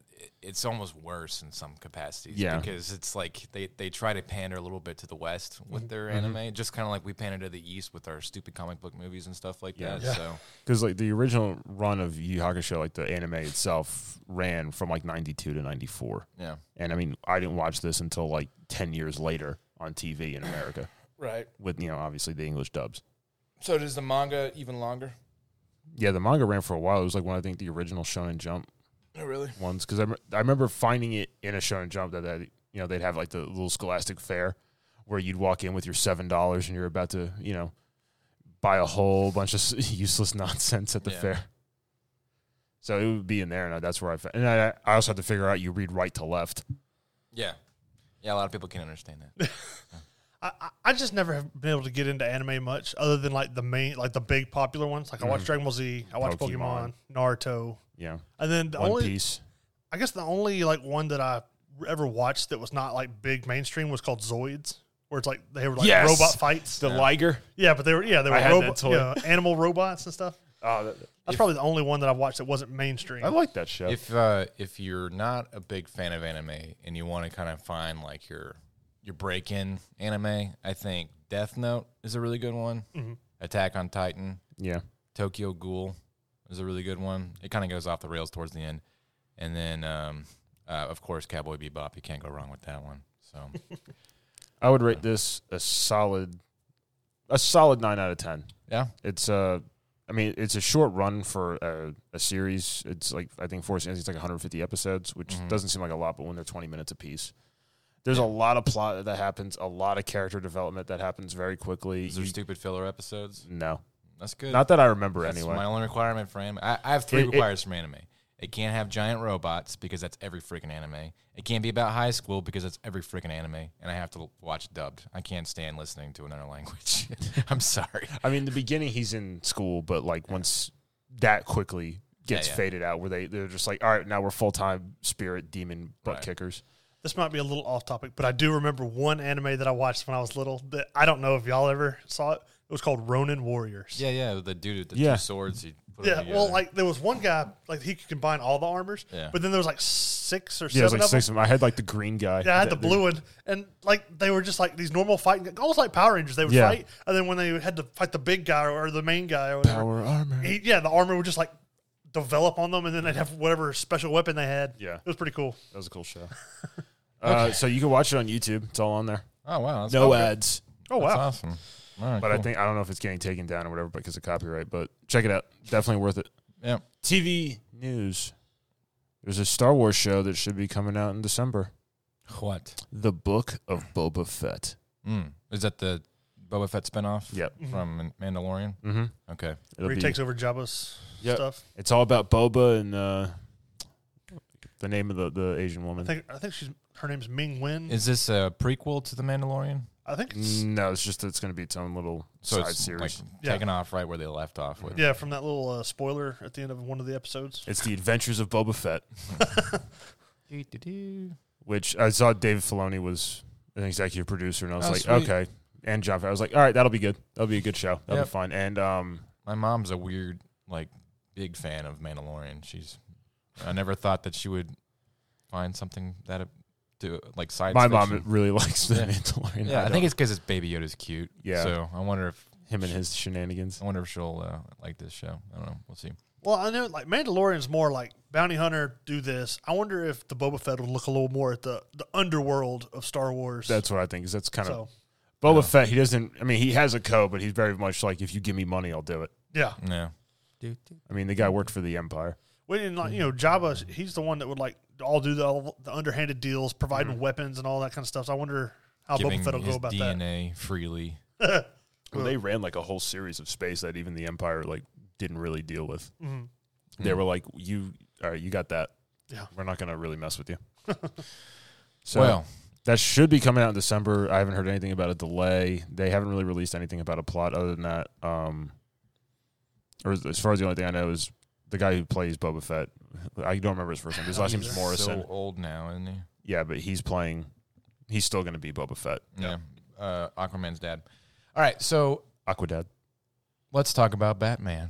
S2: it's almost worse in some capacities.
S3: Yeah.
S2: because it's like they they try to pander a little bit to the West with their
S3: Mm-hmm.
S2: anime, just kind of like we pander to the East with our stupid comic book movies and stuff like
S3: Yeah.
S2: that.
S1: Yeah.
S2: So
S3: Because like the original run of Yu Yu Hakusho, like the anime itself, ran from like '92 to '94,
S2: yeah,
S3: and I mean, I didn't watch this until like 10 years later on TV in America,
S2: right.
S3: with you know obviously the English dubs.
S2: So does the manga even longer?
S3: Yeah, the manga ran for a while. It was like one I think the original Shonen Jump
S2: Oh, really?
S3: ones because I, rem- I remember finding it in a Shonen Jump that, that you know they'd have like the little Scholastic fair where you'd walk in with your seven dollars and you're about to you know buy a whole bunch of s- useless nonsense at the
S2: Yeah.
S3: fair. So it would be in there, and that's where I fa- and I, I also had to figure out you read right to left.
S2: Yeah. Yeah, a lot of people can't understand that.
S1: I, I- I just never have been able to get into anime much other than like the main, like the big popular ones. Like I watch
S3: Mhm.
S1: Dragon Ball Z, I watch Pokemon,
S3: Pokemon.
S1: Naruto,
S3: Yeah,
S1: and then the
S3: One
S1: only,
S3: Piece.
S1: I guess the only like one that I ever watched that was not like big mainstream was called Zoids, where it's like they were like
S3: Yes!
S1: robot fights.
S3: The Liger.
S1: yeah, but they were yeah they were
S3: had that
S1: robot,
S3: toy.
S1: yeah, animal robots and stuff.
S3: Oh,
S1: That's probably the only one that I've watched that wasn't mainstream.
S3: I like that show.
S2: If uh, if you're not a big fan of anime and you want to kind of find like your your break in anime, I think Death Note is a really good one.
S3: Mm-hmm.
S2: Attack on Titan,
S3: yeah,
S2: Tokyo Ghoul is a really good one. It kind of goes off the rails towards the end, and then um, uh, of course Cowboy Bebop. You can't go wrong with that one. So
S3: I would rate this a solid, a solid nine out of ten.
S2: yeah,
S3: It's uh, I mean, it's a short run for a, a series. It's like I think four seasons, it's like 150 episodes, which
S2: Mhm.
S3: doesn't seem like a lot, but when they're 20 minutes apiece, there's a lot of plot that happens, a lot of character development that happens very quickly.
S2: these are
S3: You-
S2: stupid filler episodes.
S3: no,
S2: That's good.
S3: not that I remember
S2: That's
S3: anyway.
S2: my only requirement for anime. I, I have three
S3: It- it-
S2: requirements from anime. It can't have giant robots because that's every freaking anime. It can't be about high school because that's every freaking anime, and I have to l- watch dubbed. I can't stand listening to another language. I'm sorry.
S3: I mean, the beginning he's in school, but like once that quickly gets
S2: yeah.
S3: faded out, where they they're just like, all right, now we're full time spirit demon butt
S2: Right.
S3: kickers.
S1: this might be a little off topic, but I do remember one anime that I watched when I was little that I don't know if y'all ever saw it. It was called Ronin Warriors.
S2: Yeah, yeah. The dude with the
S3: Yeah.
S2: two swords. He put uh,
S1: Yeah,
S2: them
S1: well,
S2: together.
S1: like there was one guy like he could combine all the armors,
S2: Yeah.
S1: but then there was like six
S3: Yeah, it
S1: or
S3: was
S1: seven
S3: like
S1: of them.
S3: six of them. I had like the green guy.
S1: Yeah, I had the
S3: That-
S1: blue one, and like they were just like these normal fighting, almost like Power Rangers. They would
S3: Yeah.
S1: fight, and then when they had to fight the big guy or the main guy or whatever,
S3: power armor.
S1: he, yeah, the armor would just like develop on them, and then they'd have whatever special weapon they had.
S3: Yeah.
S1: it was pretty cool.
S3: That was a cool show. uh, so you can watch it on YouTube. It's all on there.
S2: oh wow, that's,
S3: No
S2: okay.
S3: ads.
S1: Oh
S2: That's
S1: wow,
S2: awesome. All right,
S3: But I
S2: cool.
S3: think I don't know if it's getting taken down or whatever because of copyright. But check it out. Definitely worth it.
S2: yeah.
S3: TV news. There's a Star Wars show that should be coming out in December.
S2: What
S3: The Book of Boba Fett.
S2: mm. is that? The Boba Fett spinoff
S3: Yep.
S2: from Mandalorian.
S3: Mm-hmm.
S2: Okay,
S1: Mm-hmm. where he takes over Jabba's
S3: Yep.
S1: stuff.
S3: It's all about Boba and uh, the name of the, the Asian woman.
S1: I think I think she's her name's Ming Wen.
S2: is this a prequel to the Mandalorian?
S1: I think it's
S3: no, it's just it's going to be its own little
S2: So
S3: side
S2: it's
S3: series.
S2: like
S1: Yeah.
S2: taking off right where they left off with.
S1: yeah from that little uh, spoiler at the end of one of the episodes.
S3: it's the Adventures of Boba Fett,
S2: Yeah.
S3: which I saw David Filoni was an executive producer, and I was
S2: Oh,
S3: like,
S2: sweet.
S3: okay. And John, Favreau. I was like, all right, that'll be good. That'll be a good show. That'll
S2: Yep.
S3: be fun. And um,
S2: My mom's a weird, like, big fan of Mandalorian. She's, I never thought that she would find something that uh, to like science.
S3: my mom
S2: fiction.
S3: really likes the
S2: Yeah.
S3: Mandalorian.
S2: yeah, I,
S3: don't-
S2: think it's because it's Baby Yoda's cute.
S3: Yeah.
S2: So I wonder if
S3: him and his shenanigans.
S2: I wonder if she'll uh, like this show. I don't know. We'll see.
S1: Well, I know like Mandalorian's more like bounty hunter, do this. I wonder if the Boba Fett will look a little more at the the underworld of Star Wars.
S3: That's what I think. Is that's kind
S1: so
S3: of Boba
S2: Yeah.
S3: Fett. He doesn't. I mean, he has a code, but he's very much like, if you give me money, I'll do it.
S1: yeah.
S2: No.
S3: I mean, the guy worked for the Empire.
S1: Well, and like you know,
S2: Mm-hmm.
S1: Jabba, he's the one that would like all do the, all the underhanded deals, providing weapons and all that kind of stuff. So I wonder how
S2: Mm-hmm. Giving
S1: Boba Fett will go
S2: his
S1: about that.
S2: DNA freely.
S3: Well,
S1: Well-
S3: they ran like a whole series of space that even the Empire like didn't really deal with.
S1: Mhm.
S3: They were like, "You, all right, you got that.
S1: Yeah.
S3: we're not gonna really mess with you." so
S2: well,
S3: that should be coming out in December. I haven't heard anything about a delay. They haven't really released anything about a plot other than that. Um, or as- as far as the only thing I know is the guy who plays Boba Fett. I don't remember his first name. His
S1: I don't
S3: last name's
S1: either.
S2: he's
S3: Morrison.
S2: so old now, isn't he?
S3: yeah, but he's playing. He's still gonna be Boba Fett.
S2: Yeah. Uh, Aquaman's dad. All right. So
S3: Aquadad.
S2: let's talk about Batman.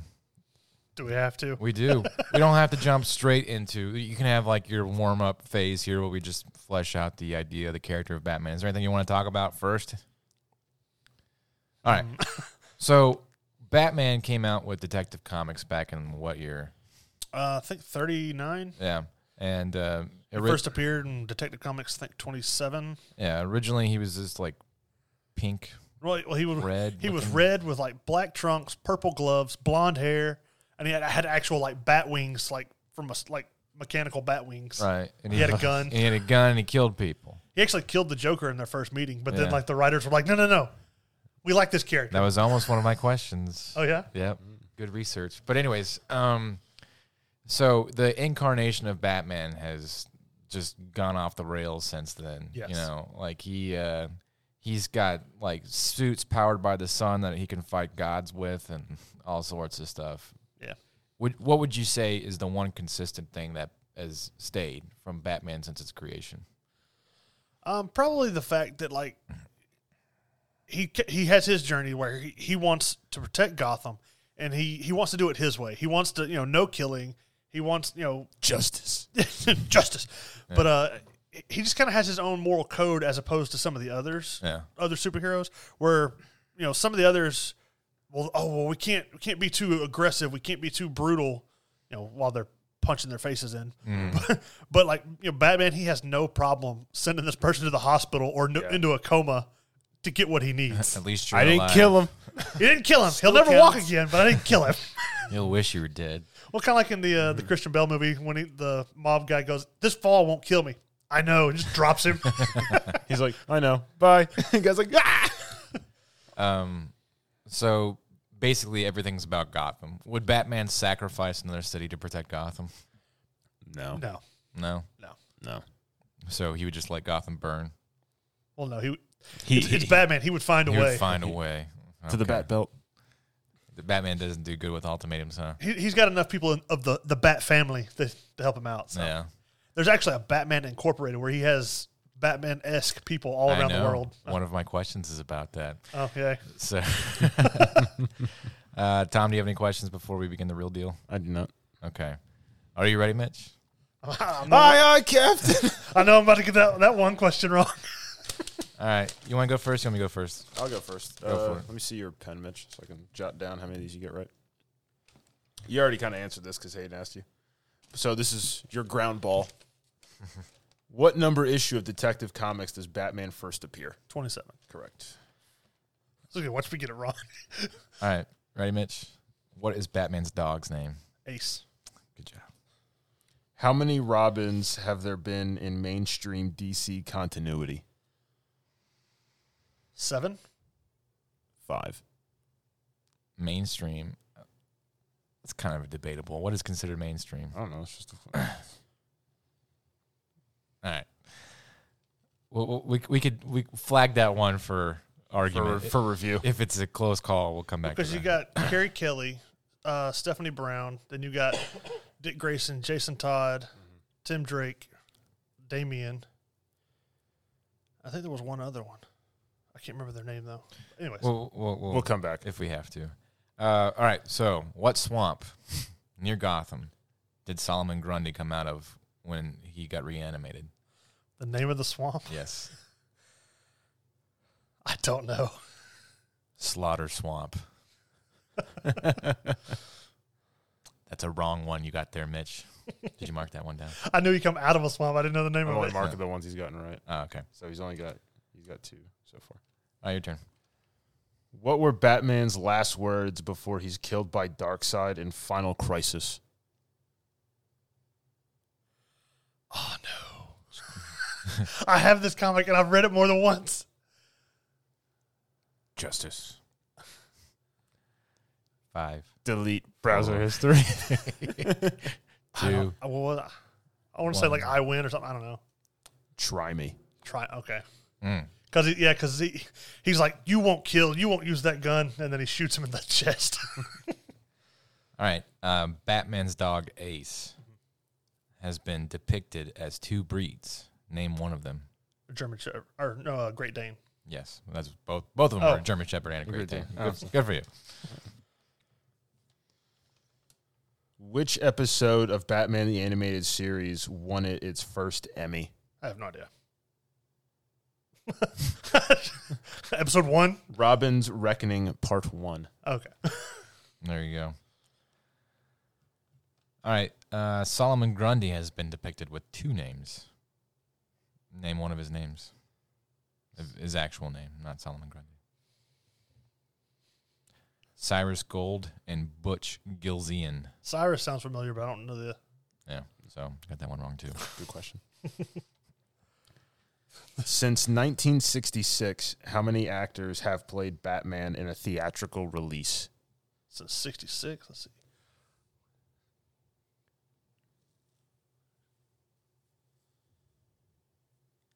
S1: Do we have to?
S2: We do. we don't have to jump straight into. You can have like your warm up phase here, where we just flesh out the idea, the character of Batman. Is there anything you want to talk about first? All right.
S1: Um,
S2: so Batman came out with Detective Comics back in what year?
S1: Uh, I think thirty nine
S2: Yeah, and uh, ori-
S1: first appeared in Detective Comics. I think twenty seven.
S2: yeah, originally he was just like pink,
S1: Well, he was
S2: red.
S1: he was
S2: looking-
S1: red with like black trunks, purple gloves, blonde hair. and he had, had actual like bat wings, like from a, s- like mechanical bat wings.
S2: Right. And
S1: He had a gun.
S2: And he had a gun and he killed people.
S1: He actually killed the Joker in their first meeting, but then
S2: Yeah.
S1: like the writers were like, no, no, no, we like this character.
S2: That was almost one of my questions.
S1: Oh yeah,
S2: Yep. Mm. Good research. But anyways, um so the incarnation of Batman has just gone off the rails since then.
S1: Yes.
S2: You know, like he uh he's got like suits powered by the sun that he can fight gods with and all sorts of stuff.
S1: Yeah.
S2: Would what would you say is the one consistent thing that has stayed from Batman since its creation?
S1: um, probably the fact that like he ca- he has his journey where he, he wants to protect Gotham, and he he wants to do it his way. He wants to you know no killing. He wants you know
S3: Justice.
S1: justice. But uh, he just kind of has his own moral code as opposed to some of the others,
S2: Yeah.
S1: other superheroes, where you know some of the others. Well, oh well, we can't we can't be too aggressive. We can't be too brutal. You know, while they're punching their faces in. But, like you know, Batman, he has no problem sending this person to the hospital or no, into a coma to get what he needs.
S2: At least you're
S3: I didn't
S2: alive.
S3: kill him.
S1: he didn't kill him. He'll never walk
S3: counts.
S1: again, but I didn't kill him.
S2: You'll wish you were dead.
S1: Well, kind of like in the uh, the Christian Bell movie when he, the mob guy goes, "This fall won't kill me." I know, and just drops him.
S3: He's like, I know. Bye. The guy's like, ah.
S2: Um, so basically, everything's about Gotham. Would Batman sacrifice another city to protect Gotham?
S3: No.
S1: no,
S2: No.
S3: No.
S2: So he would just let Gotham burn.
S1: well, no, he
S3: He,
S1: it's Batman. He would find a
S2: He
S1: way.
S2: would find a way.
S3: to the
S2: Okay.
S3: bat belt.
S2: The Batman doesn't do good with ultimatums, huh?
S1: he, he's got enough people in, of the the Bat family to, to help him out. So
S2: Yeah.
S1: there's actually a Batman Incorporated where he has Batman esque people all
S2: I
S1: around the
S2: know.
S1: world. Oh,
S2: One of my questions is about that.
S1: Okay,
S2: So, uh, Tom, do you have any questions before we begin the real deal?
S3: I do not.
S2: Okay. Are you ready, Mitch? Ah,
S1: I'm not-
S3: Aye, aye, Captain.
S1: Ah, I know I'm about to get that that one question wrong.
S2: All right. You want to go first? You want me to go first?
S3: I'll go first.
S2: Go
S3: Uh,
S2: for it.
S3: Let me see your pen, Mitch, so I can jot down how many of these you get right. You already kind of answered this because Hayden asked you. So this is your ground ball. what number issue of Detective Comics does Batman first appear?
S1: Twenty seven.
S3: Correct.
S1: So okay, watch me get it wrong.
S2: All right. Ready, Mitch? What is Batman's dog's name?
S1: Ace.
S2: Good job.
S3: How many Robins have there been in mainstream DC continuity?
S1: Seven.
S3: Five.
S2: mainstream. It's kind of debatable. What is considered mainstream?
S3: I don't know. It's just a
S2: All right. Well, well, we we could we flag that one for
S3: for,
S2: argument.
S3: for review.
S2: if it's a close call, we'll come back.
S1: Because
S2: to
S1: you
S2: that.
S1: got Carrie Kelly, uh, Stephanie Brown, then you got Dick Grayson, Jason Todd, Tim Drake, Damien. I think there was one other one. I can't remember their name though. Anyways,
S2: We'll, we'll, we'll,
S3: We'll come back.
S2: if we have to. Uh, all right. So, what swamp near Gotham did Solomon Grundy come out of when he got reanimated?
S1: the name of the swamp.
S2: Yes,
S1: I don't know.
S2: Slaughter Swamp. That's a wrong one you got there, Mitch. Did you mark that one down?
S1: I knew you come out of a swamp. I didn't know the name
S3: I'm
S1: of
S3: only
S1: it.
S3: marking the ones he's gotten right.
S2: Oh, okay.
S3: So he's only got he's got two so far.
S2: All right, your turn.
S3: What were Batman's last words before he's killed by Darkseid in Final Crisis?
S1: Oh no! I have this comic and I've read it more than once.
S3: Justice.
S2: Five.
S3: Delete browser
S2: Oh.
S3: history.
S1: I don't-
S2: Two.
S1: I, well, I- I want to say
S2: One.
S1: like I win or something. I don't know.
S3: Try me.
S1: Try okay.
S2: Mm.
S1: Cause he, yeah, cause he he's like, you won't kill, you won't use that gun, and then he shoots him in the chest.
S2: All right. Um, Batman's dog Ace has been depicted as two breeds. Name one of them.
S1: German Shepherd or no, uh, Great Dane.
S2: Yes, that's both. Both of them are
S1: Oh.
S2: a German Shepherd and a
S3: Great
S2: Great Dane.
S3: Dane.
S2: Good, good for you.
S3: Which episode of Batman the Animated Series won it its first Emmy?
S1: I have no idea. Episode one.
S3: Robin's Reckoning Part 1.
S1: Okay,
S2: There you go. All right. Uh, Solomon Grundy has been depicted with two names. Name one of his names. His actual name, not Solomon Grundy. Cyrus Gold, and Butch Gilzean.
S1: Cyrus sounds familiar, but I don't know the.
S2: Yeah, so got that one wrong too.
S3: Good question. Since 1966, how many actors have played Batman in a theatrical release?
S1: Since '66, let's see.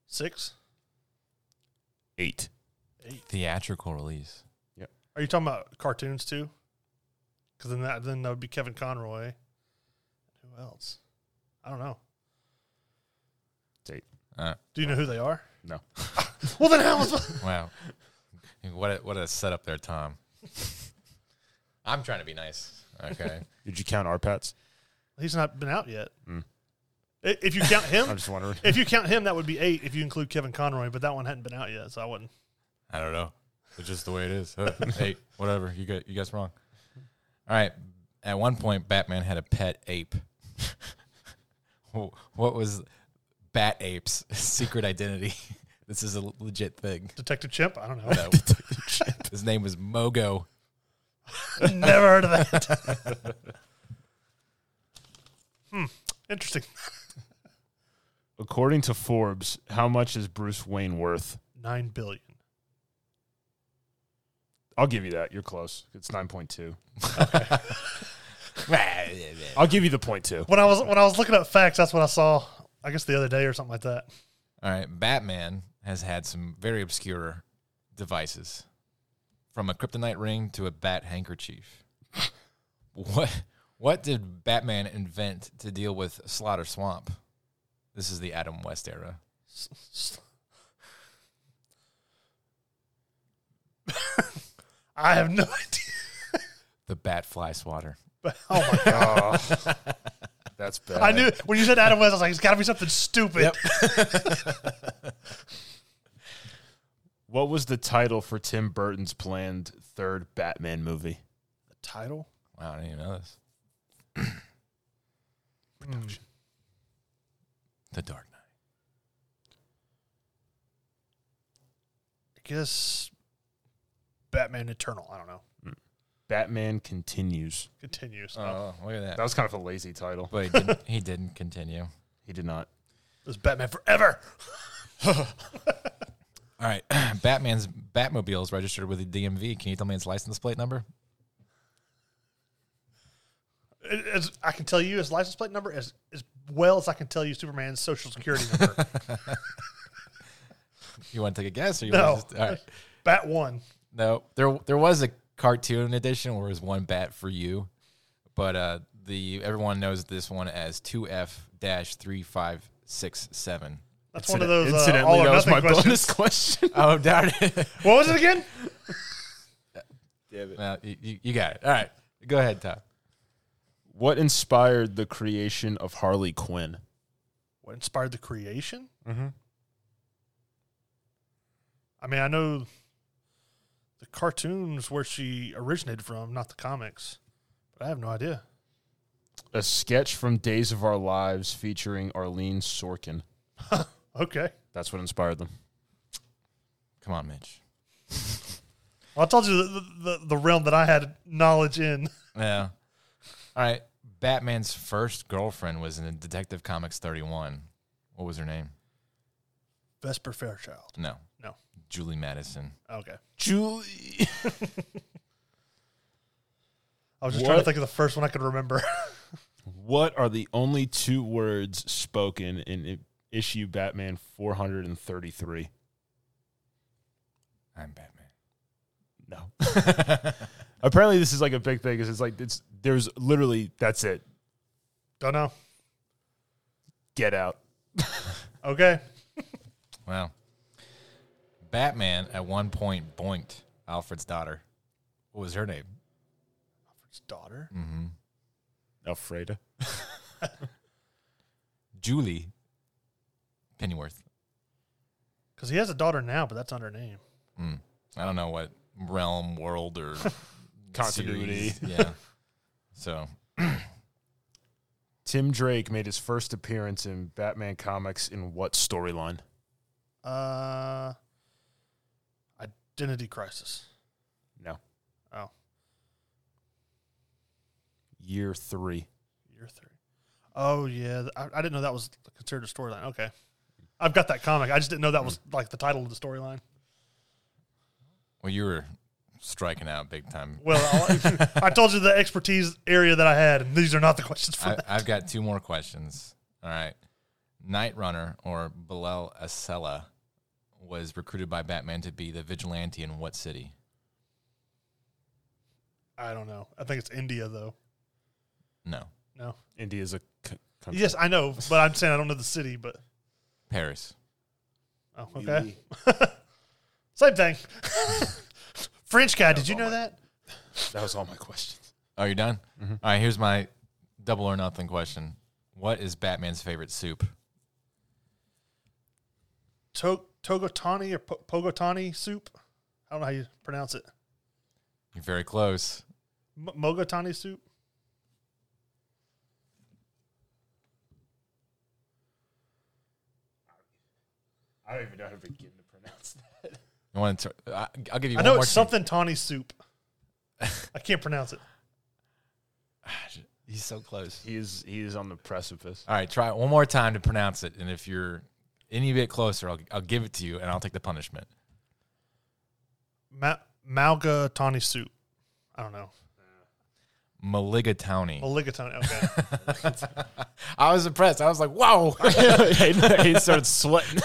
S1: Six,
S3: Eight.
S1: eight.
S2: Theatrical release.
S1: Are you talking about cartoons too? Because then that then that would be Kevin Conroy. Who else? I don't know.
S2: Uh,
S1: Do you know who they are?
S3: No.
S1: well, then how was?
S2: wow, what a, what a setup there, Tom. I'm trying to be nice. Okay,
S3: Did you count our pets?
S1: He's not been out yet.
S3: Mm.
S1: I- If you count
S3: I'm
S1: him,
S3: just wondering.
S1: if you count him, that would be eight. If you include Kevin Conroy, but that one hadn't been out yet, so I wouldn't.
S2: I don't know. It's just the way it is. Huh. hey, whatever. You got you guys wrong. All right. At one point, Batman had a pet ape. Wh- what was Bat Ape's secret identity? this is a l- legit thing.
S1: Detective Chimp. I don't know.
S2: No. His name was Mogo.
S1: Never heard of that. hmm. Interesting.
S3: According to Forbes, how much is Bruce Wayne worth?
S1: Nine billion.
S3: I'll give you that. You're close. It's 9.2.
S2: All
S3: I'll give you the point two.
S1: When I was when I was looking up facts, that's what I saw. I guess the other day or something like that.
S2: right. Batman has had some very obscure devices from a kryptonite ring to a bat handkerchief. what what did Batman invent to deal with Slaughter Swamp? This is the Adam West era.
S1: S- s- I have no idea.
S2: The bat fly swatter.
S1: But, oh my god!
S3: that's bad.
S1: I knew when you said Adam West, I was like, it's got to be something stupid.
S2: Yep.
S3: What was the title for Tim Burton's planned third Batman movie?
S1: The title.
S2: Wow, I didn't even know this.
S1: Production.
S2: The Dark Knight.
S1: I guess Batman Eternal. I don't know.
S3: Batman Continues.
S1: Continues. Oh.
S2: Oh, look at
S3: That
S2: that.
S3: was kind of a lazy title.
S2: But he didn't, he didn't continue.
S3: He did not.
S1: It's Batman Forever.
S2: All right. Batman's Batmobile is registered with the DMV. Can you tell me its license plate number?
S1: It- it's- I can tell you his license plate number as as well as I can tell you Superman's social security number.
S2: You want to take a guess or you
S1: No.
S2: want to just, all right.
S1: Bat one.
S2: No. There there was a cartoon edition where it was one bat for you. But uh the everyone knows this one as 2F 3567.
S1: That's
S3: Inciden-
S1: one of those uh,
S3: Incidentally,
S1: all or
S3: that was
S1: nothing
S3: my
S1: questions.
S3: bonus question.
S2: Oh, darn it.
S1: What was it again?
S2: well, you, you- you got it. All right. Go ahead, Todd.
S3: What inspired the creation of Harley Quinn?
S1: What inspired the creation?
S3: Mm-hmm.
S1: I mean, I know the cartoons where she originated from, not the comics, but I have no idea.
S3: A sketch from Days of Our Lives featuring Arlene Sorkin.
S1: Okay.
S3: That's what inspired them.
S2: Come on, Mitch.
S1: Well, I told you the, the, the realm that I had knowledge in.
S2: Yeah. All right. Batman's first girlfriend was in Detective Comics 31. What was her name?
S1: Vesper Fairchild.
S2: No.
S1: No.
S2: Julie Madison.
S1: Okay.
S3: Julie.
S1: I was just trying to
S3: What?
S1: think of the first one I could remember.
S3: What are the only two words spoken in i- issue Batman 433?
S2: I'm Batman.
S3: No. Apparently, this is like a big thing. 'cause It's like it's there's literally that's it.
S1: Don't know.
S3: Get out.
S1: Okay.
S2: Wow. Batman at one point boinked Alfred's daughter. What was her name?
S1: Alfred's daughter.
S2: Mm-hmm.
S3: Alfreda.
S2: Julie Pennyworth.
S1: Because he has a daughter now, but that's under name.
S2: Mm. I don't know what realm, world, or
S3: Continuity.
S2: series. Yeah. so
S3: Tim Drake made his first appearance in Batman comics in what storyline?
S1: Uh, identity crisis.
S3: No.
S1: Oh.
S3: year three.
S1: Year three. Oh yeah, th- I, I didn't know that was considered a storyline. Okay, I've got that comic. I just didn't know that was like the title of the storyline.
S2: Well, you were striking out big time.
S1: Well, I, I told you the expertise area that I had, and these are not the questions for
S2: I,
S1: that.
S2: I've got two more questions. All right. Night Runner or Bilal Acela was recruited by Batman to be the vigilante in what city?
S1: I don't know. I think it's India though.
S2: No,
S1: No.
S3: India's a c- country.
S1: Yes, I know, but I'm saying I don't know the city. But
S2: Paris.
S1: oh, okay, same thing. French guy, did you know that?
S3: That was all my questions.
S2: Oh, you're done?
S1: Mm-hmm.
S2: All right. Here's my double or nothing question What is Batman's favorite soup?
S1: To- Togotani or po- Pogotani soup? I don't know how you pronounce it.
S2: You're very close.
S1: M- Mogotani soup.
S3: I don't even know how to begin to pronounce that.
S2: You want to? I- I'll give you.
S1: I
S2: one
S1: know
S2: more
S1: it's
S2: chance.
S1: something Tawny soup. I can't pronounce it.
S2: He's so close.
S3: He is he is on the precipice.
S2: All right, try it one more time to pronounce it, and if you're any bit closer, I'll, I'll give it to you, and I'll take the punishment.
S1: Ma- Malga Tawny soup. I don't know.
S2: Maligatawny.
S1: Oligatoni. Okay.
S2: I was impressed. I was like, "Wow!"
S3: he started sweating.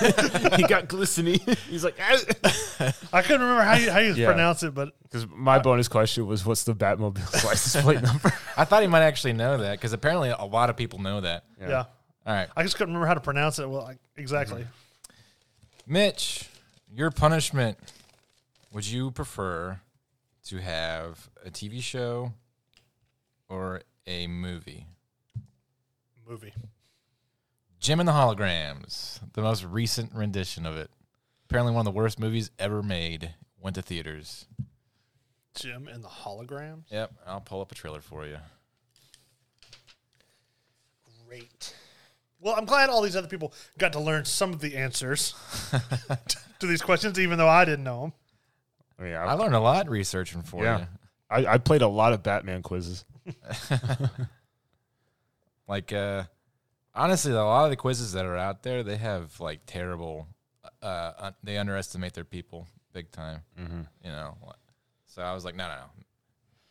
S3: he got glistening. He's like, "Ah."
S1: I couldn't remember how you how you
S3: Yeah.
S1: pronounce it, but
S3: because my bonus question was, what's the Batmobile license plate number?
S2: I thought he might actually know that because apparently a lot of people know that.
S1: yeah.
S2: All right,
S1: I just couldn't remember how to pronounce it. Well, like, exactly.
S2: Mitch, your punishment. Would you prefer to have a TV show or a movie? Mm-hmm.
S1: Movie.
S2: Jim and the Holograms, the most recent rendition of it. Apparently, one of the worst movies ever made went to theaters.
S1: Jim and the holograms.
S2: Yep, I'll pull up a trailer for you.
S1: Great. Well, I'm glad all these other people got to learn some of the answers to these questions, even though I didn't know them.
S3: I mean,
S2: I
S3: I,
S2: learned a lot researching for
S3: yeah,
S2: you.
S3: I, I played a lot of Batman quizzes.
S2: Like, uh, honestly, a lot of the quizzes that are out there, they have like terrible. Uh, un- they underestimate their people big time.
S3: Mm-hmm.
S2: You know, so I was like, no, no, no.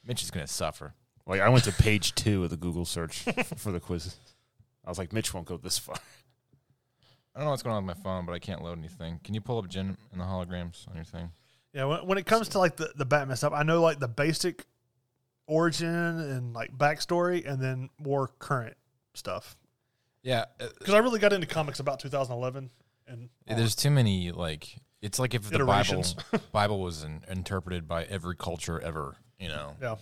S2: Mitch is gonna suffer.
S3: Like I went to page two of the Google search f- for the quizzes. I was like, Mitch won't go this far.
S2: I don't know what's going on with my phone, but I can't load anything. Can you pull up Jim and the holograms on your thing?
S1: Yeah, when, when it comes to like the, the Batman stuff, I know like the basic origin and like backstory and then more current stuff.
S2: Yeah, uh,
S1: Because I really got into comics about 2011. And
S2: there's too many. Like, it's like if the Bible
S1: Iterations.
S2: Bible was in, interpreted by every culture ever. You know.
S1: uh, yeah.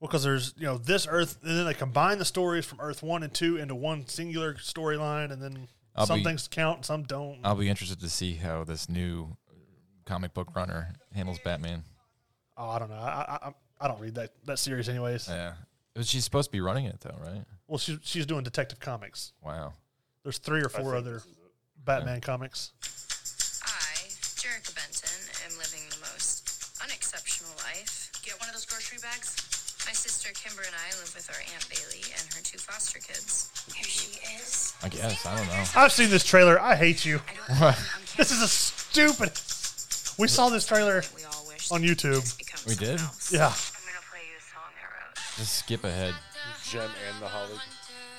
S1: Well, because there's, you know, this Earth, and then they combine the stories from Earth 1 and 2 into one singular storyline, and then
S2: I'll
S1: some
S2: be-
S1: things count, some don't.
S2: I'll be interested to see how this new comic book runner handles Batman.
S1: oh, I don't know. I, I, I- I don't read that, that series, anyways.
S2: Yeah. But She's supposed to be running it though, right?
S1: Well, she's she's doing Detective Comics.
S2: Wow.
S1: There's three or four other Batman comics.
S4: I, Jerica Benton, am living the most unexceptional life. Get one of those grocery bags? My sister Kimber and I live with our Aunt Bailey and her two foster kids. Here she is.
S2: I guess I don't know.
S1: I've seen this trailer. I hate you.
S4: I don't know. I'm
S1: This is a stupid. We saw this trailer
S4: we all wish
S1: on
S4: that
S1: YouTube.
S4: we just become
S2: We
S4: someone
S2: did?
S4: else.
S1: Yeah.
S4: I'm gonna play you a song I wrote.
S2: Just skip ahead.
S3: Gem and the Holly.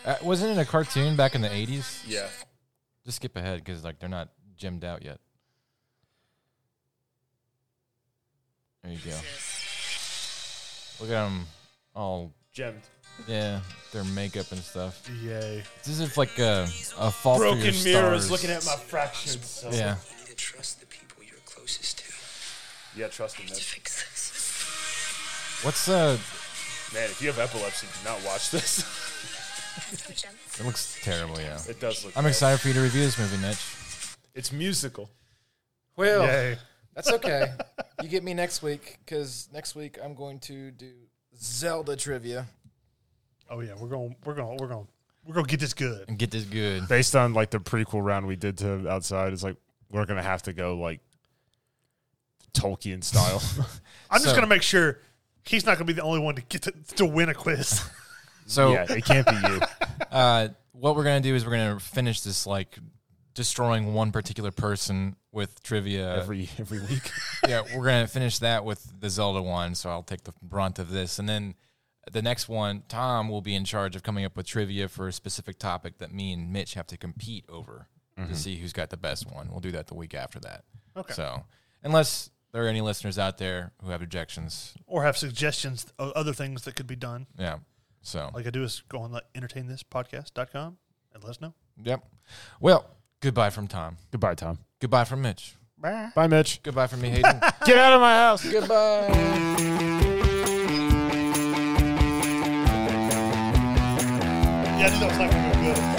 S2: Uh, wasn't it a cartoon back in the eighties?
S3: Yeah.
S2: Just skip ahead because like they're not gemmed out yet. There you go. Look at them all.
S3: Gemmed.
S2: Yeah, their makeup and stuff.
S1: Yay.
S2: It's as if like a a fall for your stars.
S1: at my fractured self.
S2: Yeah.
S5: You need to trust the people you're closest to.
S3: Yeah, trust me, man.
S4: Fix this.
S2: What's uh?
S3: Man, if you have epilepsy, do not watch this.
S2: It looks terrible. Yeah.
S3: It does look.
S2: I'm excited for you to review this movie, Mitch.
S3: It's musical.
S2: Well,
S1: Yay.
S2: That's okay. you get me next week because next week I'm going to do Zelda trivia.
S1: Oh yeah, we're going. We're going. We're going. We're going to get this good.
S2: And get this good.
S3: Based on like the prequel round we did to Outside, it's like we're gonna have to go like Tolkien style.
S1: I'm just
S2: So-
S1: going to make sure he's not going to be the only one to get to, to win a quiz.
S2: So
S3: yeah, it can't be you.
S2: uh, what we're gonna do is we're gonna finish this like destroying one particular person with trivia.
S3: every every week.
S2: yeah, we're gonna finish that with the Zelda one, so I'll take the brunt of this, and then the next one, Tom will be in charge of coming up with trivia for a specific topic that me and Mitch have to compete over to see who's got the best one. We'll do that the week after that.
S1: Okay.
S2: So, unless there are any listeners out there who have objections,
S1: or have suggestions of other things that could be done.
S2: yeah. So,
S1: All you gotta do is go on the entertainthispodcast.com and let us know.
S2: yep. Well, goodbye from Tom.
S3: Goodbye, Tom.
S2: Goodbye from Mitch.
S3: Bye, Mitch.
S2: Goodbye from me, Hayden.
S3: Get out of my house.
S2: goodbye.
S1: Yeah, I knew that was not gonna go good.